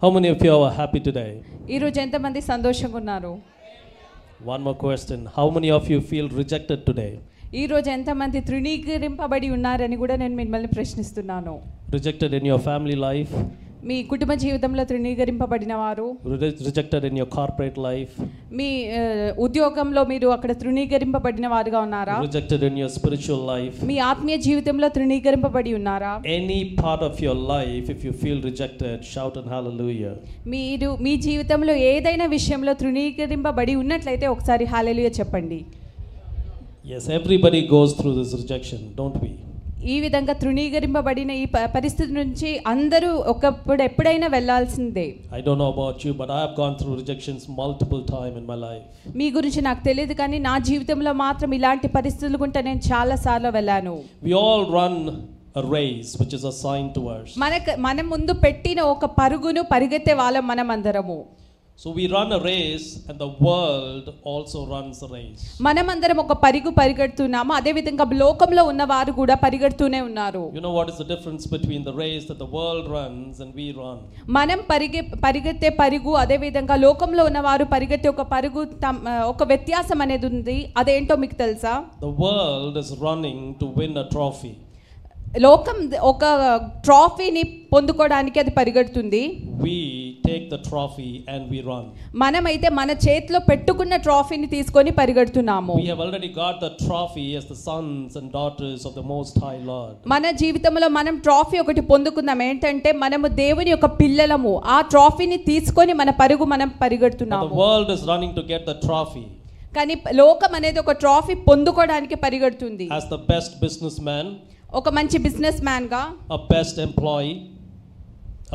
How many of you are happy today? ఈరోజు ఎంతమంది సంతోషంగా ఉన్నారు One more question. How many of you feel rejected today? ఈరోజు ఎంతమంది తృణీకరింపబడి ఉన్నారని కూడా నేను మిమ్మల్ని ప్రశ్నిస్తున్నాను Rejected in your family life, మీ కుటుంబ జీవితంలో తృణీకరింపబడిన వారు re- rejected in your corporate life, మీ ఆ, ఉద్యోగంలో మీరు అక్కడ తృణీకరింపబడిన వారుగా ఉన్నారా rejected in your spiritual life. మీ ఆత్మీయ జీవితంలో తృణీకరింపబడి ఉన్నారా Any part of your life, if you feel rejected, shout an hallelujah. మీరు మీ జీవితంలో ఏదైనా విషయంలో తృణీకరింపబడి ఉన్నట్లయితే ఒకసారి హాలెలుయ చెప్పండి Yes, everybody goes through this rejection, don't we? ఈ విధంగా తృణీకరింపబడిన ఈ ప- పరిస్థితి నుంచి అందరూ ఒకప్పుడు ఎప్పుడైనా వెళ్ళాల్సిందే I don't know about you, but I have gone through rejections multiple times in my life. మీ గురించి నాకు తెలియదు కానీ నా జీవితంలో మాత్రం ఇలాంటి పరిస్థితులు గుండా నేను చాలాసార్లు వెళ్ళాను We all run a race which is assigned to us. మనకు మనం ముందు పెట్టిన ఒక పరుగును పరిగెత్తే వాళ్ళం మనం అందరము So we run a race, and the world also runs a race. మనమందరం ఒక పరుగు పరిగెడుతున్నాము అదేవిధంగా లోకంలో ఉన్నవారు కూడా పరిగెడుతూనే ఉన్నారు You know what is the difference between the race that the world runs and we run? మనం పరిగె పరిగెత్తే పరుగు అదేవిధంగా లోకంలో ఉన్నవారు పరిగెత్తే ఒక పరుగు తమ్- ఒక వ్యత్యాసం అనేది ఉంది అదేంటో మీకు తెలుసా The world is running to win a trophy. లోకం ద- ఒక ట్రాఫీని పొందుకోవడానికి అది పరిగెడుతుంది We take the trophy and we run. మనమైతే మన చేతిలో పెట్టుకున్న ట్రాఫీని తీసుకొని పరిగెడుతున్నాము We have already got the trophy as the sons and daughters of the Most High Lord. మన జీవితంలో మనం ట్రాఫీ ఒకటి పొందుకున్నాం ఏంటంటే మనము దేవుని యొక్క పిల్లలము ఆ ట్రాఫీని తీసుకొని మన పరుగు మనం But the పరిగెడుతున్నాము world is running to get the trophy. కానీ లోకం అనేది ఒక ట్రాఫీ పొందుకోవడానికి పరిగెడుతుంది As the best businessman, ఒక మంచి బిజినెస్ మ్యాన్ గా a best employee,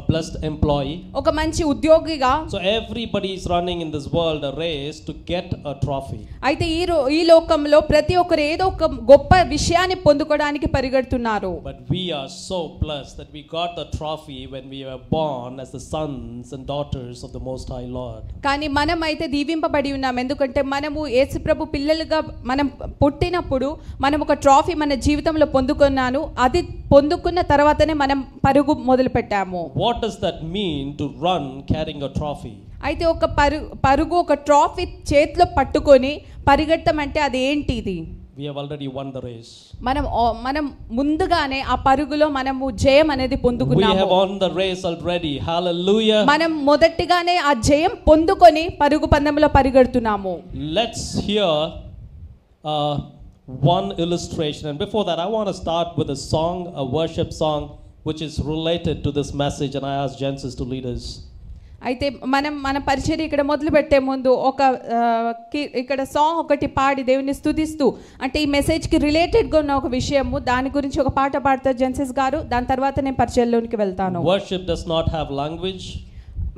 a blessed employee. ఒక మంచి ఉద్యోగిగా So everybody is running in this world a race to get a trophy. అయితే ఈ రో ఈ లోకంలో ప్రతి ఒక్కరు ఏదో ఒక గొప్ప విషయాన్ని పొందుకోవడానికి పరిగెడుతున్నారు But we are so blessed that we got the trophy when we were born as the sons and daughters of the Most High Lord. కానీ మనం అయితే దీవింపబడి ఉన్నాం ఎందుకంటే మనము యేసుప్రభు పిల్లలుగా మనం పుట్టినప్పుడు మనం ఒక ట్రాఫీ మన జీవితంలో పొందుకున్నాను అది పొందుకున్న తర్వాతనే మనం పరుగు మొదలుపెట్టాము What does that mean to run carrying a trophy? అయితే ఒక పరు పరుగు ఒక ట్రాఫీ చేతిలో పట్టుకొని పరిగెట్టం అంటే అది ఏంటిది We have already won the race. మనం ఆ- మనం ముందుగానే ఆ పరుగులో మనము జయం అనేది We have పొందుకున్నాము won the race already. Hallelujah. మనం మొదటిగానే ఆ జయం పొందుకొని పరుగు పందెంలో పరిగెడుతున్నాము Let's hear uh, one illustration. And before that, I want to start with a song, a worship song, which is related to this message. And I ask Jensis to lead us. అయితే మనం మన పరిచయం ఇక్కడ మొదలు పెట్టే ముందు ఒక ఆ, కి- ఇక్కడ సాంగ్ ఒకటి పాడి దేవుని స్తుతిస్తూ అంటే ఈ మెసేజ్కి రిలేటెడ్గా ఉన్న ఒక విషయము దాని గురించి ఒక పాట పాడతారు జెన్సిస్ గారు దాని తర్వాత నేను పరిచయంలోనికి వెళ్తాను Worship does not have language.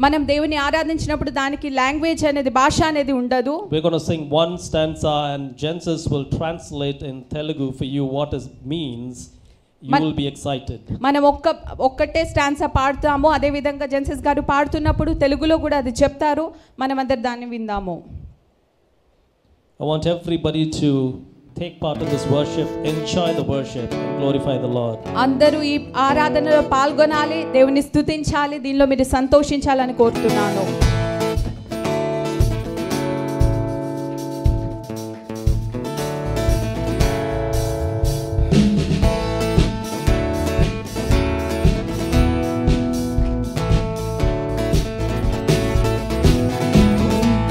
మనం దేవుని ఆరాధించినప్పుడు దానికి లాంగ్వేజ్ అనేది భాష అనేది ఉండదు We're going to sing one stanza, and Jensis will translate in Telugu for you what it means. You Man- will be excited. మనం ఒక్క ఒక్కటే స్టాన్సా పాడుతాము అదేవిధంగా జెన్సిస్ గారు పాడుతున్నప్పుడు తెలుగులో కూడా అది చెప్తారు మనం అందరు దాన్ని విందాము I want everybody to take part in this worship, enjoy the worship, and glorify the Lord. అందరూ ఈ ఆరాధనలో పాల్గొనాలి దేవుని స్తుతించాలి దీనిలో మీరు సంతోషించాలని కోరుతున్నాను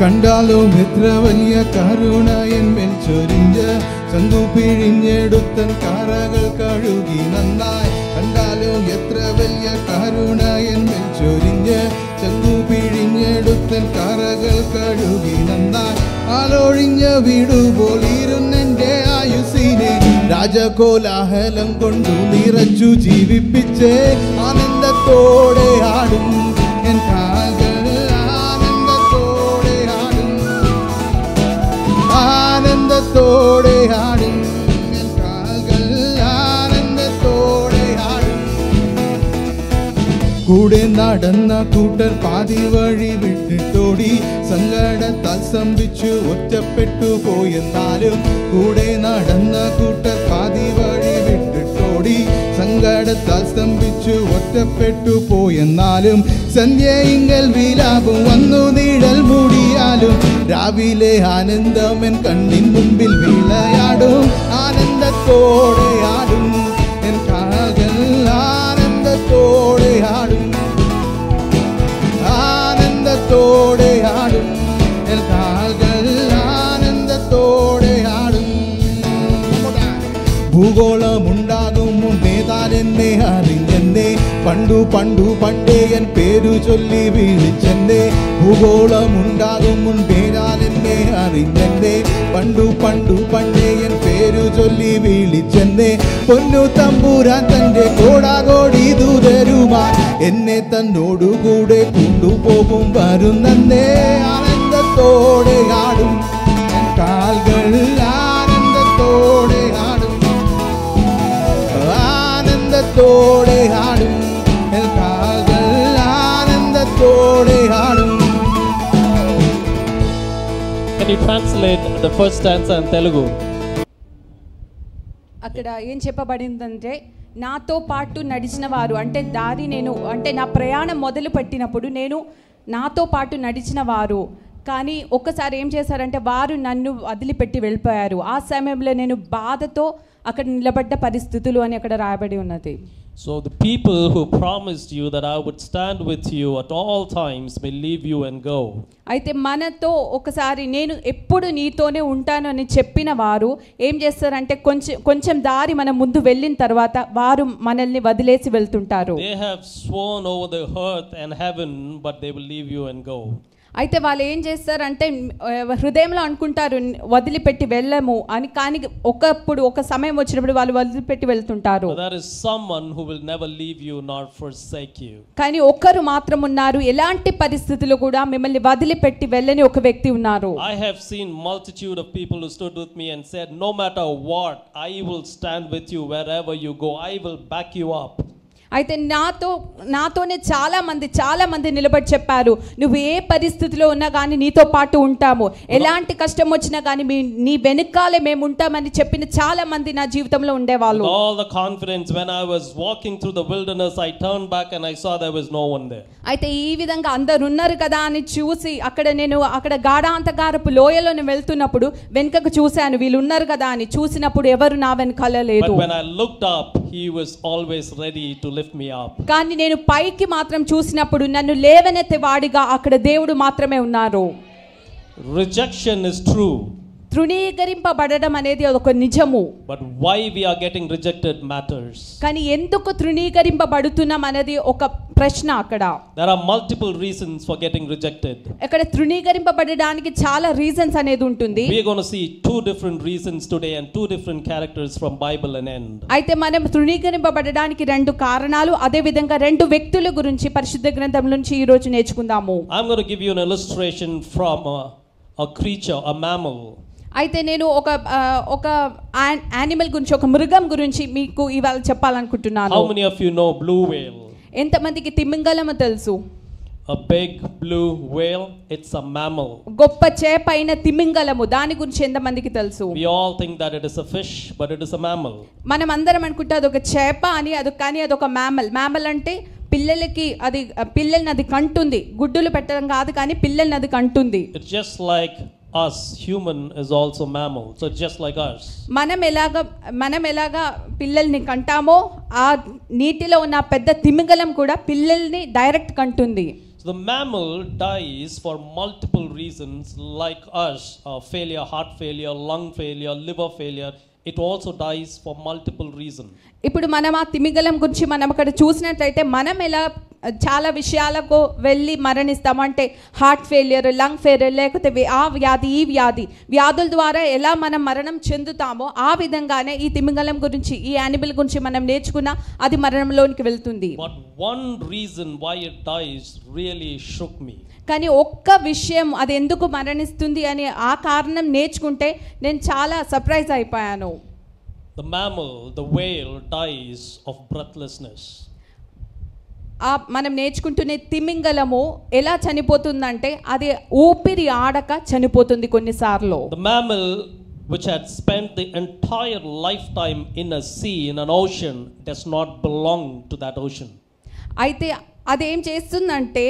കണ്ടാലോ എത്ര വലിയ കരുണ എന്മേൽ ചൊരിഞ്ഞ് ചന്തു പിഴിഞ്ഞെടുത്തൻ കാറകൾ കഴുകി നന്നായി കണ്ടാലോ എത്ര വലിയ കരുണ എന്മേൽ ചൊരിഞ്ഞ് ചന്തു പിഴിഞ്ഞെടുത്തൻ കാറകൾ കഴുകി നന്നായി ആലോഴിഞ്ഞ വീടുപോലിരുന്നെൻ്റെ ആയുസിനെ രാജകോലാഹലം കൊണ്ടു നിറച്ചു ജീവിപ്പിച്ച് ആനന്ദത്തോടെ ആടും എൻ കാകൾ ആനന്ദത്തോടെ ആടും ആനന്ദത്തോടെ ആടും എൻ കാൽകൾ ആനന്ദത്തോടെ ആടും കൂടെ നടന്ന കൂട്ടർ പാതി വഴി വിട്ടിട്ടോടി സങ്കടത്താൽ സംഭിച്ചു ഒറ്റപ്പെട്ടു പോയെന്നാലും കൂടെ നടന്ന കൂട്ടർ പാതി വഴി വിട്ടിട്ടോടി ഓടി സങ്കടത്താൽ സ്തംഭിച്ചു ഒറ്റപ്പെട്ടു പോയെന്നാലും സന്ധ്യയിങ്കൽ വിലാപം വന്നു നിഴൽ മൂടിയാലും രാവിലെ ആനന്ദമൻ കണ്ണിൻ മുമ്പിൽ വിളയാടും ആനന്ദത്തോടെ ആടും എൻ കാകൾ ആനന്ദത്തോടെ ആടും ആനന്ദത്തോടെ ആടും എൻ കാൽകൾ ആനന്ദത്തോടെ ആടും ഭൂഗോളമുണ്ടാകും മുന്നേ താൻ എന്നെ അറിഞ്ഞെന്നെ പണ്ടു പണ്ടു പണ്ടേ എൻ പേരു ചൊല്ലി വിളിച്ചെന്നെ ഭൂഗോളമുണ്ടാകും മുൻപേ ഞാൻ എന്നെ അറിഞ്ഞെന്നെ പണ്ടു പണ്ടു പണ്ടേ എൻ പേരു ചൊല്ലി വിളിച്ചെന്നെ പൊന്നു തമ്പുരാൻ തൻ്റെ കോടാകോടി ദൂതരുമാ എന്നെ തന്നോടുകൂടെ കൊണ്ടുപോകും വരുന്നേ ആനന്ദത്തോടെ ആടും എൻ കാൽകൾ ആനന്ദത്തോടെ ആടും ആനന്ദത്തോടെ ആടും എൻ കാൽകൾ ആനന്ദത്തോടെ ആടും Can you translate the first stanza in Telugu? అక్కడ ఏం చెప్పబడిందంటే నాతో పాటు నడిచిన వారు అంటే దారి నేను అంటే నా ప్రయాణం మొదలు పెట్టినప్పుడు నేను నాతో పాటు నడిచిన వారు కానీ ఒక్కసారి ఏం చేశారంటే వారు నన్ను వదిలిపెట్టి వెళ్ళిపోయారు ఆ సమయంలో నేను బాధతో అక్కడ నిలబడ్డ పరిస్థితులు అని అక్కడ రాయబడి ఉన్నది So the people who promised you that I would stand with you at all times may leave you and go. అయితే మనతో ఒకసారి నేను ఎప్పుడు నీతోనే ఉంటాను అని చెప్పిన వారు ఏం చేస్తారంటే కొంచెం కొంచెం దారి మన ముందు వెళ్ళిన తర్వాత వారు మనల్ని వదిలేసి వెళ్తుంటారు They have sworn over the earth and heaven, but they will leave you and go. అయితే వాళ్ళు ఏం చేస్తారంటే ఆ, హృదయంలో అనుకుంటారు వదిలిపెట్టి వెళ్ళము అని కానీ ఒకప్పుడు ఒక సమయం వచ్చినప్పుడు వాళ్ళు వదిలిపెట్టి వెళ్తుంటారు But there is someone who will never leave you nor forsake you. కానీ ఒక్కరు మాత్రం ఉన్నారు ఎలాంటి పరిస్థితులు కూడా మిమ్మల్ని వదిలిపెట్టి వెళ్ళని ఒక వ్యక్తి ఉన్నారు I have seen multitude of people who stood with me and said, No matter what, I will stand with you wherever you go. I will back you up. అయితే నాతో నాతోనే చాలా మంది చాలా మంది నిలబడి చెప్పారు నువ్వు ఏ పరిస్థితిలో ఉన్నా కానీ నీతో పాటు ఉంటాము ఎలాంటి కష్టం వచ్చినా కానీ మీ నీ వెనుకాలే మేము ఉంటామని చెప్పిన చాలా మంది నా జీవితంలో With ఉండేవాళ్ళు all the confidence, when I was walking through the wilderness, I turned back and I saw there was no one there. అయితే ఈ విధంగా అందరు ఉన్నారు కదా అని చూసి అక్కడ నేను అక్కడ గాఢాంతకారపు లోయలో నేను వెళ్తున్నప్పుడు వెనుకకు చూశాను వీళ్ళు ఉన్నారు కదా అని చూసినప్పుడు ఎవరు నా వెనకాల But లేదు when I looked up, he was always ready to lift me up. కానీ నేను పైకి మాత్రం చూసినప్పుడు నన్ను లేవనెత్తే వాడిగా అక్కడ దేవుడు మాత్రమే ఉన్నారు Rejection is true, తృణీకరింపబడడం అనేది ఒక నిజము but why we are getting rejected matters. కానీ ఎందుకు తృణీకరింపబడుతున్నాం అనేది ఒక ప్రశ్న అక్కడ There are multiple reasons for getting rejected. అక్కడ తృణీకరింపబడడానికి చాలా రీజన్స్ అనేది ఉంటుంది We are going to see two different reasons today and two different characters from Bible and end. అయితే మనం తృణీకరింపబడడానికి రెండు కారణాలు అదే విధంగా రెండు వ్యక్తుల గురించి పరిశుద్ధ గ్రంథం నుంచి ఈ రోజు నేర్చుకుందాము I'm going to give you an illustration from a, a creature, a mammal. అయితే నేను ఒక ఆ, ఒక యాన్- యానిమల్ గురించి ఒక మృగం గురించి మీకు ఇవాళ చెప్పాలనుకుంటున్నాను How many of you know blue whale? ఎంతమందికి తిమింగలం తెలుసు A big blue whale, it's a mammal. గొప్ప చేప అయిన తిమింగలము దాని గురించి ఎంతమందికి తెలుసు We all think that it is a fish, but it is a mammal. మనం అందరం అనుకుంటే అదొక చేప అని అది కానీ అదొక మ్యామల్ మ్యామల్ అంటే పిల్లలకి అది పిల్లల్ని అది కంటుంది గుడ్డులు పెట్టడం కాదు కానీ పిల్లల్ని అది కంటుంది It's just like us, human is also mammal, so just like us. మనం ఎలాగ మనం ఎలాగ పిల్లల్ని కంటామో ఆ నీటిలో ఉన్న ఆ పెద్ద తిమింగలం కూడా పిల్లల్ని డైరెక్ట్ కంటుంది So the mammal dies for multiple reasons, like us uh, failure, heart failure, lung failure, liver failure. It also dies for multiple reasons. ఇప్పుడు మనం ఆ తిమింగలం గురించి మనం అక్కడ చూసినట్లయితే మనం ఎలా చాలా విషయాలకు వెళ్ళి మరణిస్తాం అంటే హార్ట్ ఫెయిలియర్ లంగ్ ఫెయిలియర్ లేకపోతే వి- ఆ వ్యాధి ఈ వ్యాధి వ్యాధుల ద్వారా ఎలా మనం మరణం చెందుతామో ఆ విధంగానే ఈ తిమింగలం గురించి ఈ యానిమల్ గురించి మనం నేర్చుకున్న అది మరణంలోనికి వెళ్తుంది But one reason why it dies really shook me. కానీ ఒక్క విషయం అది ఎందుకు మరణిస్తుంది అని ఆ కారణం నేర్చుకుంటే నేను చాలా సర్ప్రైజ్ అయిపోయాను The mammal, the whale, dies of breathlessness. ఆ మనం నేర్చుకుంటునే తిమింగలము ఎలా చనిపోతుందంటే అది ఊపిరి ఆడక చనిపోతుంది కొన్నిసార్లు The mammal which had spent the entire lifetime in a sea, in an ocean, does not belong to that ocean. అయితే అదేం చేస్తుందంటే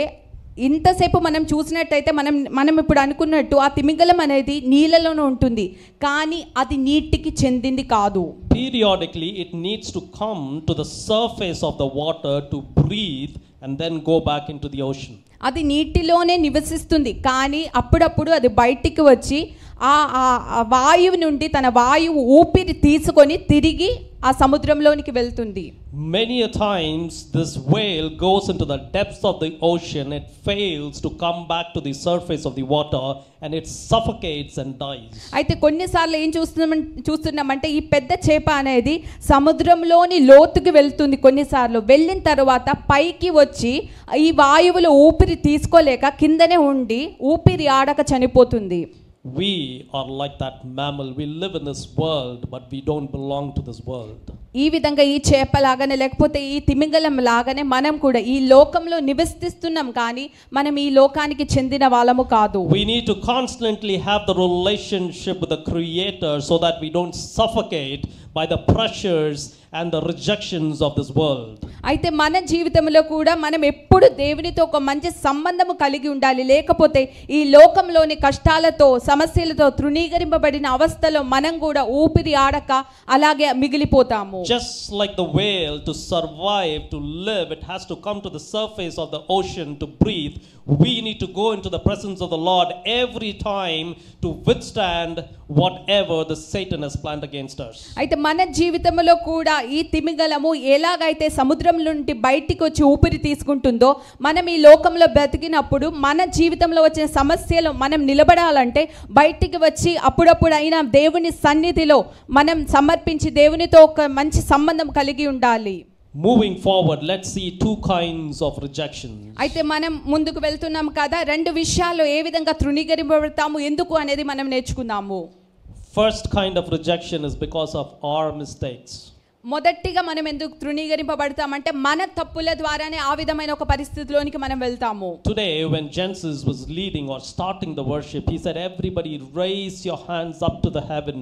ఇంతసేపు మనం చూసినట్టయితే మనం మనం ఇప్పుడు అనుకున్నట్టు ఆ తిమింగలం అనేది నీళ్ళలోనే ఉంటుంది కానీ అది నీటికి చెందింది కాదు Periodically, it needs to come to the surface of the water to breathe and then go back into the ocean. అది నీటిలోనే నివసిస్తుంది కానీ అప్పుడప్పుడు అది బయటికి వచ్చి ఆ ఆ- ఆ వాయువు నుండి తన వాయువు ఊపిరి తీసుకొని తిరిగి ఆ సముద్రంలోనికి వెళ్తుంది Many a times, this whale goes into the depths of the ocean, it fails to come back to the surface of the water, and it suffocates and dies. అయితే కొన్నిసార్లు ఏం చూస్తున్నాం చూస్తున్నామంటే ఈ పెద్ద చేప అనేది సముద్రంలోని లోతుకి వెళ్తుంది కొన్నిసార్లు వెళ్ళిన తర్వాత పైకి వచ్చి ఈ వాయువులో ఊపిరి తీసుకోలేక కిందనే ఉండి ఊపిరి ఆడక చనిపోతుంది We are like that mammal. We live in this world, but we don't belong to this world. ఈ విధంగా ఈ చేప లాగానే లేకపోతే ఈ తిమింగలం లాగానే మనం కూడా ఈ లోకంలో నివసిస్తున్నాం కానీ మనం ఈ లోకానికి చెందిన వాళ్ళము కాదు We need to constantly have the relationship with the Creator so that we don't suffocate by the pressures and the rejections of this world. అయితే మన జీవితంలో కూడా మనం ఎప్పుడు దేవునితో ఒక మంచి సంబంధము కలిగి ఉండాలి లేకపోతే ఈ లోకంలోని కష్టాలతో సమస్యలతో తృణీకరింపబడిన అవస్థలో మనం కూడా ఊపిరి ఆడక అలాగే మిగిలిపోతాము Just like the whale, to survive, to live, it has to come to the surface of the ocean to breathe. We need to go into the presence of the Lord every time to withstand whatever the Satan has planned against us. అయితే మన జీవితంలో కూడా ఈ తిమింగలము ఎలాగైతే సముద్రం నుండి బయటికి వచ్చి ఊపిరి తీసుకుంటుందో మనం ఈ లోకంలో బ్రతికినప్పుడు మన జీవితంలో వచ్చిన సమస్యలు మనం నిలబడాలంటే బయటికి వచ్చి అప్పుడప్పుడు అయినా దేవుని సన్నిధిలో మనం సమర్పించి దేవునితో ఒక మంచి సంబంధం కలిగి ఉండాలి Moving forward, let's see two kinds of rejection. అయితే మనం ముందుకు వెళ్తున్నాం కదా రెండు విషయాలు ఏ విధంగా తృణీకరింపబడతాము ఎందుకు అనేది మనం నేర్చుకుందాము First kind of rejection is because of our mistakes. మొదటిగా మనం ఎందుకు తృణీకరింపబడతామంటే మన తప్పుల ద్వారానే ఆ విధమైన ఒక పరిస్థితిలోనికి మనం వెళ్తాము Today, when Jensis was leading or starting the worship, he said, Everybody raise your hands up to the heaven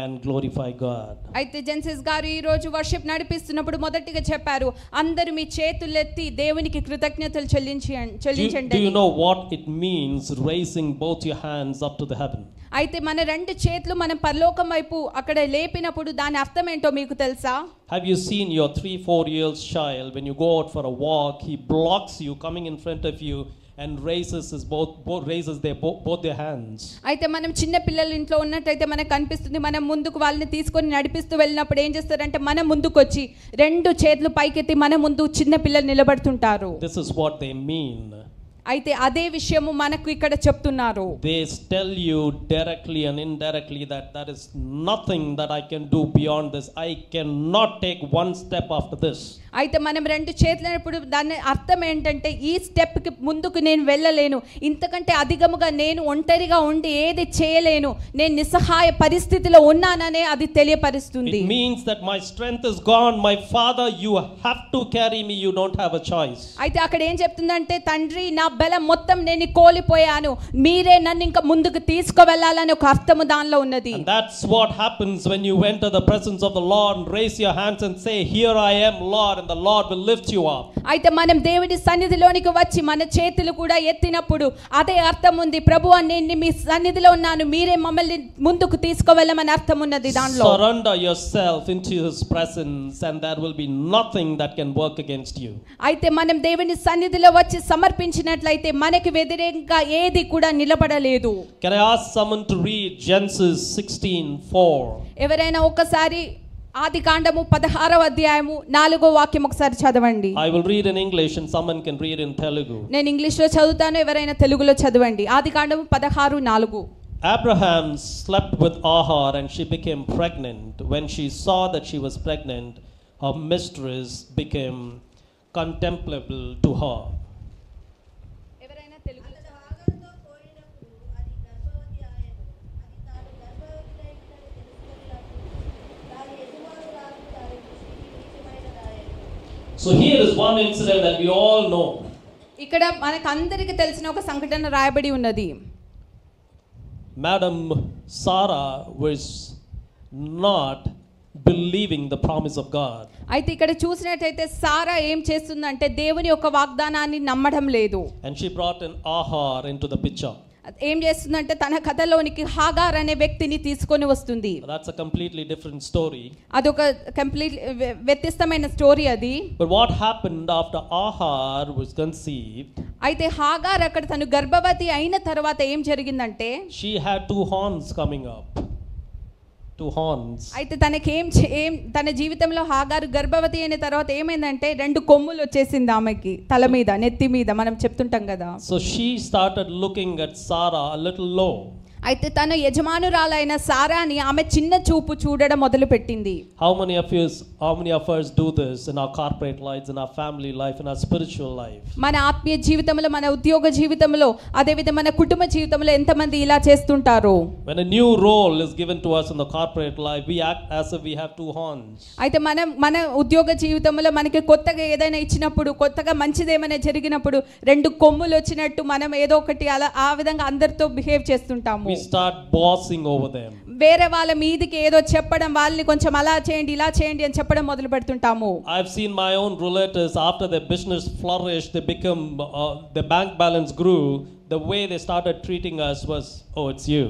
and glorify God. అయితే జెన్సిస్ గారు ఈ రోజు వర్షిప్ నడిపిస్తున్నప్పుడు మొదటిగా చెప్పారు అందరూ మీ చేతులెత్తి దేవునికి కృతజ్ఞతలు చెల్లించి Do you, do చెల్లించండి you అని. know what it means raising both your hands up to the heaven? అయితే మన రెండు చేతులు మనం పరలోకం వైపు అక్కడ లేపినప్పుడు దాని అర్థం ఏంటో మీకు తెలుసా Have you seen your three, four years child when you go out for a walk? He blocks you coming in front of you and raises his both, both raises their both, both their hands. అయితే మనం చిన్న పిల్లలు ఇంట్లో ఉన్నట్టయితే మనకు కనిపిస్తుంది మనం ముందుకు వాళ్ళని తీసుకొని నడిపిస్తూ వెళ్ళినప్పుడు ఏం చేస్తారంటే మన ముందుకు వచ్చి రెండు చేతులు పైకెత్తి మన ముందు చిన్న పిల్లలు నిలబడుతుంటారు This is what they mean. అయితే అదే విషయము మనకు ఇక్కడ చెప్తున్నారు They tell you directly and indirectly that there is nothing that I can do beyond this. I cannot take one step after this. అయితే మనం రెండు చేతులైనప్పుడు దాని అర్థం ఏంటంటే ఈ స్టెప్కి ముందుకు నేను వెళ్ళలేను ఇంతకంటే అధికముగా నేను ఒంటరిగా ఉండి ఏది చేయలేను నేను నిస్సహాయ పరిస్థితిలో ఉన్నాననే అది తెలియపరుస్తుంది It means that my strength is gone. My father, you have to carry me. You don't have a choice. అయితే అక్కడ ఏం చెప్తుందంటే తండ్రి నా బలం మొత్తం నేను కోల్పోయాను మీరే నన్ను ఇంకా ముందుకు తీసుకువెళ్ళాలని ఒక అర్థము దానిలో ఉన్నది And that's what happens when you enter the presence of the Lord and raise your hands and say, Here I am, Lord, and the Lord will lift you up. అయితే మనం దేవుడి సన్నిధిలోనికి వచ్చి మన చేతులు కూడా ఎత్తినప్పుడు అదే అర్థం ఉంది ప్రభు నేను మీ సన్నిధిలో ఉన్నాను మీరే మమ్మల్ని ముందుకు తీసుకువెళ్ళమని అర్థం ఉన్నది దానిలో Surrender yourself into His presence, and there will be nothing that can work against you. అయితే మనం దేవుని సన్నిధిలో వచ్చి సమర్పించినట్లయితే మనకి వ్యతిరేకంగా ఏది కూడా నిలబడలేదు Can I ask someone to read Genesis 16:4? ఎవరైనా ఒకసారి ఆది కాండము పదహారవ అధ్యాయము నాలుగో వాక్యం ఒకసారి చదవండి I will read in English and someone can read in Telugu. నేను ఇంగ్లీష్లో చదువుతాను ఎవరైనా తెలుగులో చదవండి ఆది కాండము పదహారు నాలుగు Abraham slept with Ahar and she became pregnant. When she saw that she was pregnant, her mistress became contemptible to her. ఎవరైనా అతడు హాగరుతో పోయినప్పుడు అది గర్భవతి ఆయను అది తాను గర్భవతినైనదని తెలుసుకున్నప్పుడు దాని యజమానురాలు దాని దృష్టికి నీచమైనదాయను So here is one incident that we all know. ఇక్కడ మనకు అందరికీ తెలిసిన ఒక సంఘటన రాయబడి ఉన్నది Madam Sarah was not believing the promise of God. అయితే ఇక్కడ చూసినట్టయితే సారా ఏం చేస్తుందంటే దేవుని యొక్క వాగ్దానాన్ని నమ్మడం లేదు And she brought an ahar into the picture. ఏం చేస్తుందంటే తన కథలోనికి హాగార్ అనే వ్యక్తిని తీసుకొని వస్తుంది That's a completely different story. అదొక కంప్లీట్ వ్య- వ్యత్యస్తమైన స్టోరీ అది But what happened after Ahar was conceived? అయితే హాగార్ అక్కడ తను గర్భవతి అయిన తర్వాత ఏం జరిగిందంటే She had two horns coming up. Two horns. అయితే తనకేం చే- ఏం తన జీవితంలో హాగారు గర్భవతి అయిన తర్వాత ఏమైందంటే రెండు కొమ్ములు వచ్చేసింది ఆమెకి తల మీద నెత్తి మీద మనం చెప్తుంటాం కదా So she started looking at Sarah a little low. అయితే తన యజమానురాలైన సారాని ఆమె చిన్న చూపు చూడడం మొదలుపెట్టింది How many of us, how many of us do this in our corporate lives, in our family life, in our spiritual life? మన ఆత్మీయ జీవితంలో మన ఉద్యోగ జీవితంలో అదేవిధంగా మన కుటుంబ జీవితంలో ఎంతమంది ఇలా చేస్తుంటారు When a new role is given to us in the corporate life, we act as if we have two horns. అయితే మనం మన ఉద్యోగ జీవితంలో మనకి కొత్తగా ఏదైనా ఇచ్చినప్పుడు కొత్తగా మంచిదేమైనా జరిగినప్పుడు రెండు కొమ్ములు వచ్చినట్టు మనం ఏదో ఒకటి అలా ఆ విధంగా అందరితో బిహేవ్ చేస్తుంటాము We start bossing over them. వేరే వాళ్ళ మీదికి ఏదో చెప్పడం వాళ్ళని కొంచెం అలా చేయండి ఇలా చేయండి అని చెప్పడం మొదలు పెడుతుంటాము I've seen my own relatives after their business flourished, they become, uh, their bank balance grew. The way they started treating us was, oh, it's you.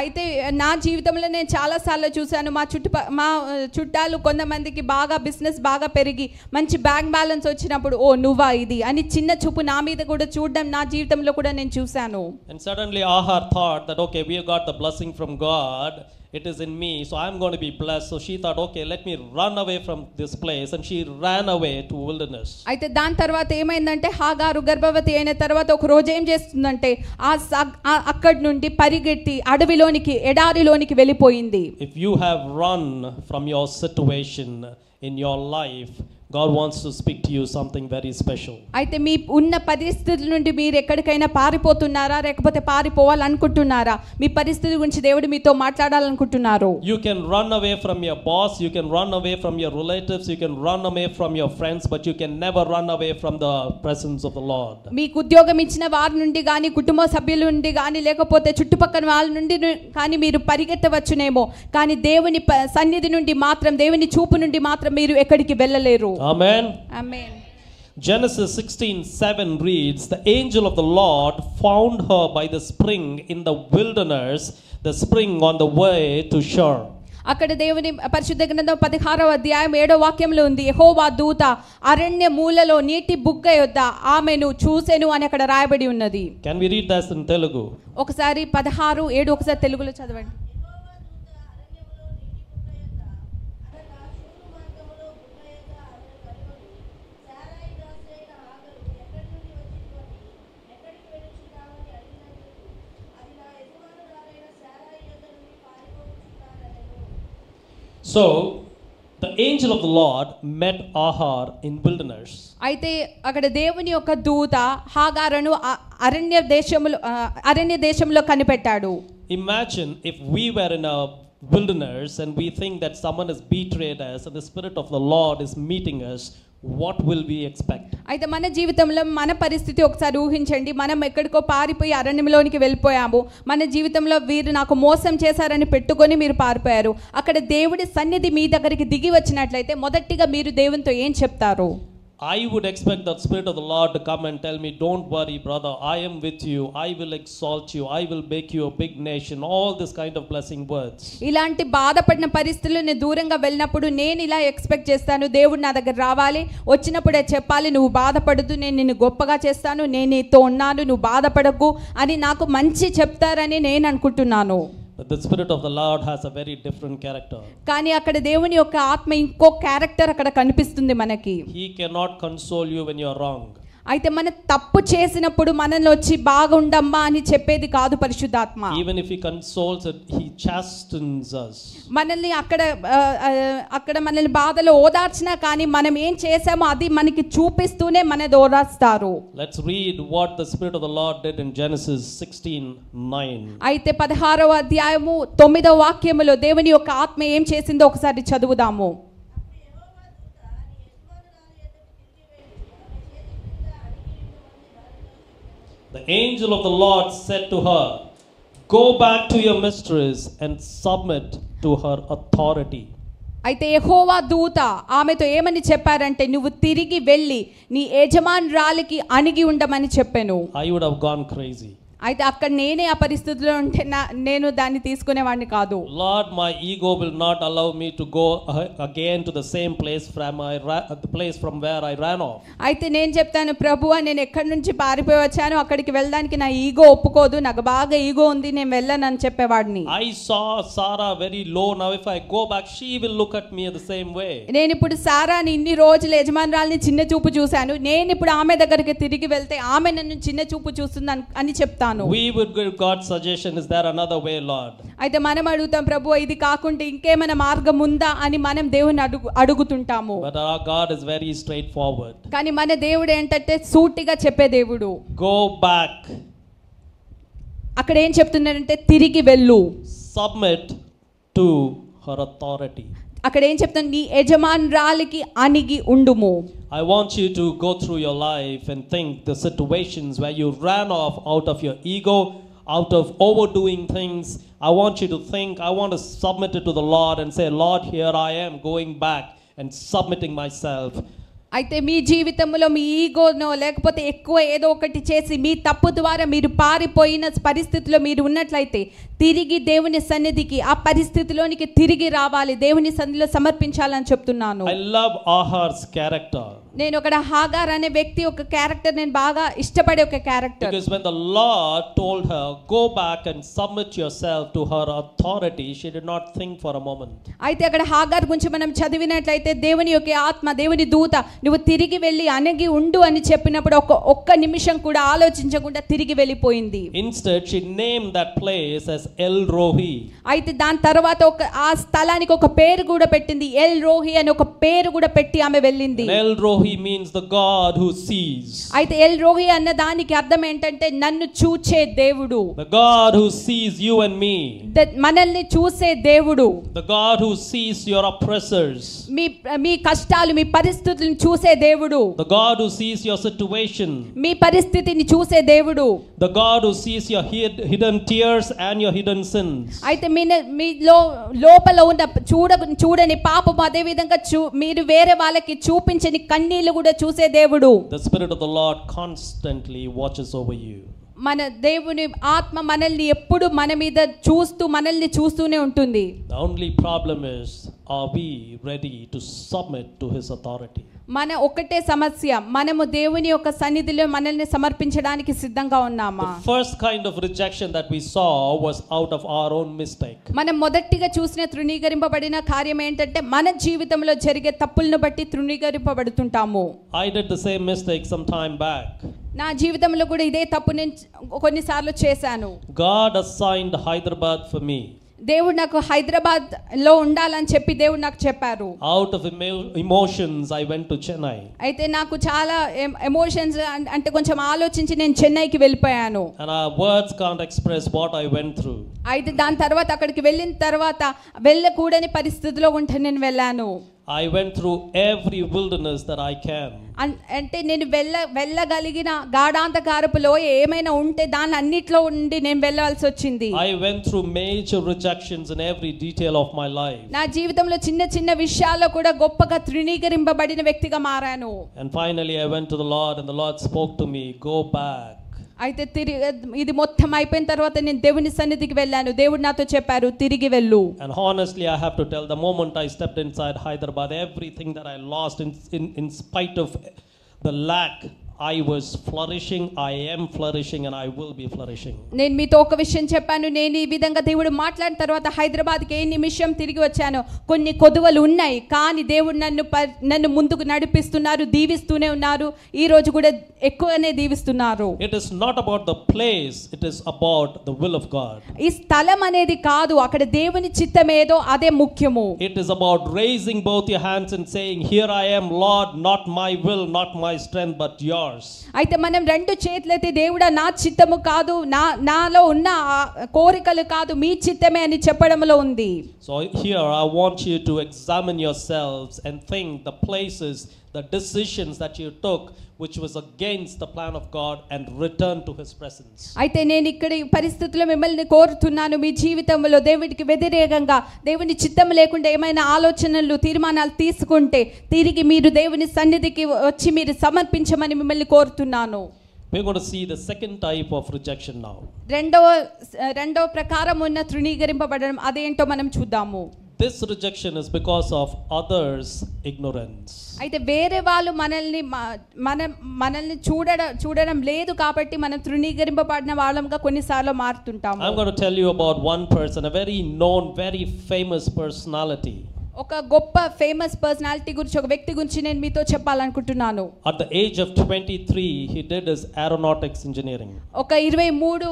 అయితే నా జీవితంలో నేను చాలాసార్లు చూశాను మా చుట్టుప మా ఆ, చుట్టాలు కొంతమందికి బాగా బిజినెస్ బాగా పెరిగి మంచి బ్యాంక్ బ్యాలెన్స్ వచ్చినప్పుడు ఓ నువ్వా ఇది అని చిన్న చూపు నా మీద కూడా చూడడం నా జీవితంలో కూడా నేను చూశాను And suddenly Ahar thought that, okay, we have got the blessing from God. It is in me, so I'm going to be blessed. So she thought, okay, let me run away from this place. And she ran away to wilderness. అయితే దాని తర్వాత ఏమైందంటే హాగారు గర్భవతి అయిన తర్వాత ఒక రోజు ఏం చేస్తుందంటే ఆ స- ఆ- అక్కడి నుండి పరిగెత్తి అడవిలోనికి ఎడారిలోనికి వెళ్ళిపోయింది If you have run from your situation in your life, God wants to speak to you something very special. అయితే మీ ఉన్న పరిస్థితుల నుండి మీరు ఎక్కడికైనా పారిపోతున్నారా లేకపోతే పారిపోవాలనుకుంటున్నారా మీ పరిస్థితి గురించి దేవుడు మీతో మాట్లాడాలనుకుంటున్నారు You can run away from your boss, you can run away from your relatives, you can run away from your friends, but you can never run away from the presence of the Lord. మీకు ఉద్యోగం ఇచ్చిన వారి నుండి కానీ కుటుంబ సభ్యుల నుండి కానీ లేకపోతే చుట్టుపక్కల వాళ్ళ నుండి ను- కానీ మీరు పరిగెత్తవచ్చునేమో కానీ దేవుని ప- సన్నిధి నుండి మాత్రం దేవుని చూపు నుండి మాత్రం మీరు ఎక్కడికి వెళ్ళలేరు Amen. Amen Genesis 16 7 reads The angel of the Lord found her by the spring in the wilderness, the spring on the way to Shur. అక్కడ దేవుని పరిశుద్ధ గ్రంథం పదిహారవ అధ్యాయం ఏడో వాక్యంలో ఉంది యెహోవా దూత అరణ్య మూలలో నీటి బుగ్గ యొద్ద ఆమెను చూసెను అని అక్కడ రాయబడి ఉన్నది Can we read this in Telugu? ఒకసారి పదహారు ఏడు ఒకసారి తెలుగులో చదవండి యెహోవా దూత అరణ్యములో నీటి గుట్ట యొద్ద, అనగా శూరు మార్గములో గుట్ట యొద్ద ఆమెను కనుగొని, సారాయి దాసియైన హాగరు ఎక్కడి నుండి వచ్చితివని, ఎక్కడికి వెళ్ళుచున్నావని అడిగినందుకు, అది నా యజమానురాలైన సారాయి యొద్ద నుండి పారిపోవుచున్నానెను. So, the angel of the Lord met Ahar in wilderness. అయితే అక్కడ దేవుని యొక్క దూత హాగారను అ- అరణ్య దేశములో ఆ, అరణ్య దేశంలో కనిపెట్టాడు Imagine if we were in a wilderness and we think that someone has betrayed us and the Spirit of the Lord is meeting us, what will we expect? అయితే మన జీవితంలో మన పరిస్థితి ఒకసారి ఊహించండి మనం ఎక్కడికో పారిపోయి అరణ్యంలోనికి వెళ్ళిపోయాము మన జీవితంలో వీరు నాకు మోసం చేశారని పెట్టుకొని మీరు పారిపోయారు అక్కడ దేవుడి సన్నిధి మీ దగ్గరికి దిగి వచ్చినట్లయితే మొదటిగా మీరు దేవునితో ఏం చెప్తారు I would expect the Spirit of the Lord to come and tell me, Don't worry, brother, I am with you, I will exalt you, I will make you a big nation, all this kind of blessing words. ఇలాంటి బాధపడిన పరిస్థితుల్లో నేను దూరంగా వెళ్ళినప్పుడు నేను ఇలా expect చేస్తాను దేవుడు నా దగ్గర రావాలి వచ్చినప్పుడే చెప్పాలి నువ్వు బాధపడదు నేను నిన్ను గొప్పగా చేస్తాను నేను నీతో ఉన్నాను నువ్వు బాధపడకు అని నాకు మంచి చెప్తారని నేను అనుకుంటున్నాను But the Spirit of the Lord has a very different character. కానీ అక్కడ దేవుని యొక్క ఆత్మ ఇంకో క్యారెక్టర్ అక్కడ కనిపిస్తుంది మనకి He cannot console you when you are wrong. అయితే మనం తప్పు చేసినప్పుడు మనల్ని వచ్చి బాగుండమ్మా అని చెప్పేది కాదు పరిశుద్ధాత్మ Even if He consoles, it, He chastens us. మనల్ని అక్కడ ఆ, ఆ, అక్కడ మనల్ని బాధలో ఓదార్చినా కానీ మనం ఏం చేసామో అది మనకి చూపిస్తూనే మనది ఓదార్స్తారు Let's read what the Spirit of the Lord did in Genesis 16 9. అయితే పదహారవ అధ్యాయము తొమ్మిదవ వాక్యములో దేవుని యొక్క ఆత్మ ఏం చేసిందో ఒకసారి చదువుదాము అప్పుడు యెహోవా దూత నీ యజమానురాలి యొద్దకు తిరిగి వెళ్ళి, ఆమె చేతి క్రింద అణిగిరిన మంది రాళ్ళు చూపెను. The angel of the Lord said to her, Go back to your mistress and submit to her authority. అయితే యెహోవా దూత ఆమెతో ఏమని చెప్పారంటే నువ్వు తిరిగి వెళ్ళి నీ యజమానురాలికి అణిగి ఉండమని చెప్పాను I would have gone crazy. అయితే అక్కడ నేనే ఆ పరిస్థితిలో ఉంటే నా నేను దాన్ని తీసుకునేవాడిని కాదు Lord, my ego will not allow me to go a- again to the same place from I ra- uh, the place from where I ran off. అయితే నేను చెప్తాను ప్రభువా నేను ఎక్కడి నుంచి పారిపోయి వచ్చానో అక్కడికి వెళ్ళడానికి నా ఈగో ఒప్పుకోదు నాకు బాగా ఈగో ఉంది నేను వెళ్ళను అని చెప్పేవాడిని I saw Sarah very low. Now, if I go back, she will look at me the same way. నేను ఇప్పుడు సారాని ఇన్ని రోజులు యజమానురాల్ని చిన్న చూపు చూశాను నేను ఇప్పుడు ఆమె దగ్గరికి తిరిగి వెళ్తే ఆమె నన్ను చిన్న చూపు చూస్తుంది అన్- అని చెప్తాను We would give God's suggestion. Is there another way, Lord? అయితే మనం అడుగుతాం ప్రభు ఇది కాకుండా ఇంకేమైనా మార్గం ఉందా అని మనం దేవుని అడుగు అడుగుతుంటాము But our God is very straightforward. కానీ మన దేవుడు ఏంటంటే సూటిగా చెప్పే దేవుడు Go back, అక్కడ ఏం చెప్తున్నాడంటే తిరిగి వెళ్ళు submit to her authority. అక్కడ ఏం చెప్తాను నీ యజమానురాలికి అణిగి ఉండుము I want you to go through your life and think the situations where you ran off out of your ego, out of overdoing things. I want you to think, I want to submit it to the Lord and say, Lord, here I am going back and submitting myself. అయితే మీ జీవితంలో మీ ఈగోనో లేకపోతే ఎక్కువ ఏదో ఒకటి చేసి మీ తప్పు ద్వారా మీరు పారిపోయిన పరిస్థితిలో మీరు ఉన్నట్లయితే తిరిగి దేవుని సన్నిధికి ఆ పరిస్థితిలోనికి తిరిగి రావాలి దేవుని సన్నిధిలో సమర్పించాలని చెప్తున్నాను I love Ahar's character నేను ఒక హాగార్ అనే వ్యక్తి ఒక క్యారెక్టర్ నేను బాగా ఇష్టపడే ఒక character because when the Lord told her, Go back and submit yourself to her authority, she did not think for a moment. అయితే అక్కడ హాగార్ గురించి మనం చదివినట్లయితే దేవుని యొక్క ఆత్మ దేవుని దూత నువ్వు తిరిగి వెళ్ళి అణగి ఉండు అని చెప్పినప్పుడు ఒక ఒక్క నిమిషం కూడా ఆలోచించకుండా తిరిగి వెళ్ళిపోయింది Instead, she named that place as El Rohi. అయితే దాని తర్వాత ఒక ఆ స్థలానికి ఒక పేరు కూడా పెట్టింది ఎల్ రోహి అని ఒక పేరు కూడా పెట్టి ఆమె వెళ్ళింది And El Rohi means the God who sees. అయితే ఎల్ రోహి అన్న దానికి అర్థం ఏంటంటే నన్ను చూచే దేవుడు The God who sees you and me. ద- మనల్ని చూసే దేవుడు The God who sees your oppressors. మీ మీ కష్టాలు మీ పరిస్థితులను చూసే దేవుడు The God who sees your situation. మీ పరిస్థితిని చూసే దేవుడు The God who sees your hid- hidden tears and your hidden sins. అయితే మీ మీలో లోపల ఉన్న చూడ చూడని పాపం అదే విధంగా చూ మీరు వేరే వాళ్ళకి చూపించని కన్నీళ్లు కూడా చూసే దేవుడు The Spirit of the Lord constantly watches over you. మన దేవుని ఆత్మ మనల్ని ఎప్పుడు మన మీద చూస్తూ మనల్ని చూస్తూనే ఉంటుంది The only problem is are we ready to submit to His authority? మన ఒకటే సమస్య మనము దేవుని యొక్క సన్నిధిలో మనల్ని సమర్పించడానికి సిద్ధంగా ఉన్నామా The first kind of rejection that we saw was out of our own mistake. మనం మొదటిగా చూసిన తృణీకరింపబడిన కార్యం ఏంటంటే మన జీవితంలో జరిగే తప్పులను బట్టి తృణీకరింపబడుతుంటాము I did the same mistake some time back. నా జీవితంలో కూడా ఇదే తప్పు నేను కొన్నిసార్లు చేశాను God assigned Hyderabad for me. దేవుడు నాకు హైదరాబాద్లో ఉండాలని చెప్పి దేవుడు నాకు చెప్పారు Out of emo- emotions, I went to Chennai. అయితే నాకు చాలా ఎం- ఎమోషన్స్ అం- అంటే కొంచెం ఆలోచించి నేను చెన్నైకి వెళ్ళిపోయాను And our words can't express what I went through. అయితే దాని తర్వాత అక్కడికి వెళ్ళిన తర్వాత వెళ్ళకూడని పరిస్థితిలో ఉంటే నేను వెళ్ళాను I went through every wilderness that I can. అన్- అంటే నేను వెళ్ళ వెళ్ళగలిగిన గాఢాంతకారపు లోయ ఏమైనా ఉంటే దాని అన్నిట్లో ఉండి నేను వెళ్ళవలసి వచ్చింది I went through major rejections in every detail of my life. నా జీవితంలో చిన్న చిన్న విషయాల్లో కూడా గొప్పగా తృణీకరింపబడిన వ్యక్తిగా మారాను And finally, I went to the Lord, and the Lord spoke to me, Go back. అయితే తిరిగి ఇది మొత్తం అయిపోయిన తర్వాత నేను దేవుని సన్నిధికి వెళ్ళాను దేవుడు నాతో చెప్పారు తిరిగి వెళ్ళు And honestly, I have to tell the moment I stepped inside Hyderabad, everything that I lost, in, in, in spite of the lack, I was flourishing, I am flourishing, and I will be flourishing. నేను మీతో ఒక విషయం చెప్పాను నేను ఈ విధంగా దేవుడు మాట్లాడిన తర్వాత హైదరాబాద్కి ఏ నిమిషం తిరిగి వచ్చాను కొన్ని కొదువలు ఉన్నాయి కానీ దేవుడు నన్ను ప- నన్ను ముందుకు నడిపిస్తున్నారు దీవిస్తూనే ఉన్నారు ఈ రోజు కూడా ఎక్కువనే దీవిస్తున్నారు It is not about the place, it is about the will of God. ఈ స్థలం అనేది కాదు అక్కడ దేవుని చిత్తం ఏదో అదే ముఖ్యము It is about raising both your hands and saying, Here I am, Lord, not my will, not my strength, but yours. అయితే మనం రెండు చేతులైతే దేవుడా నా చిత్తము కాదు నా నాలో ఉన్న ఆ కోరికలు కాదు మీ చిత్తమే అని చెప్పడంలో ఉంది So here I want you to examine yourselves and think the places the decisions that you took, which was against the plan of God, and return to His presence. అయితే నేను ఇక్కడ ఈ పరిస్థితిలో మిమ్మల్ని కోరుతున్నాను మీ జీవితంలో దేవుడికి వ్యతిరేకంగా దేవుని చిత్తం లేకుండా ఏమైనా ఆలోచనలు తీర్మానాలు తీసుకుంటే తిరిగి మీరు దేవుని సన్నిధికి వచ్చి మీరు సమర్పించమని మిమ్మల్ని కోరుతున్నాను We're going to see the second type of rejection now. రెండవ రెండవ ప్రకారం ఉన్న తృణీకరింపబడడం అదేంటో మనం చూద్దాము This rejection is because of others' ignorance. అయితే వేరే వాళ్ళు మనల్ని మ- మన మనల్ని చూడడం చూడడం లేదు కాబట్టి మనం తృణీకరింపబడిన వాళ్ళంగా కొన్నిసార్లు మారుతుంటాము I'm going to tell you about one person, a very known, very famous personality. ఒక గొప్ప ఫేమస్ పర్సనాలిటీ గురించి ఒక వ్యక్తి గురించి నేను మీతో చెప్పాలనుకుంటున్నాను At the age of 23, he did his aeronautics engineering. ఒక ఇరవై మూడు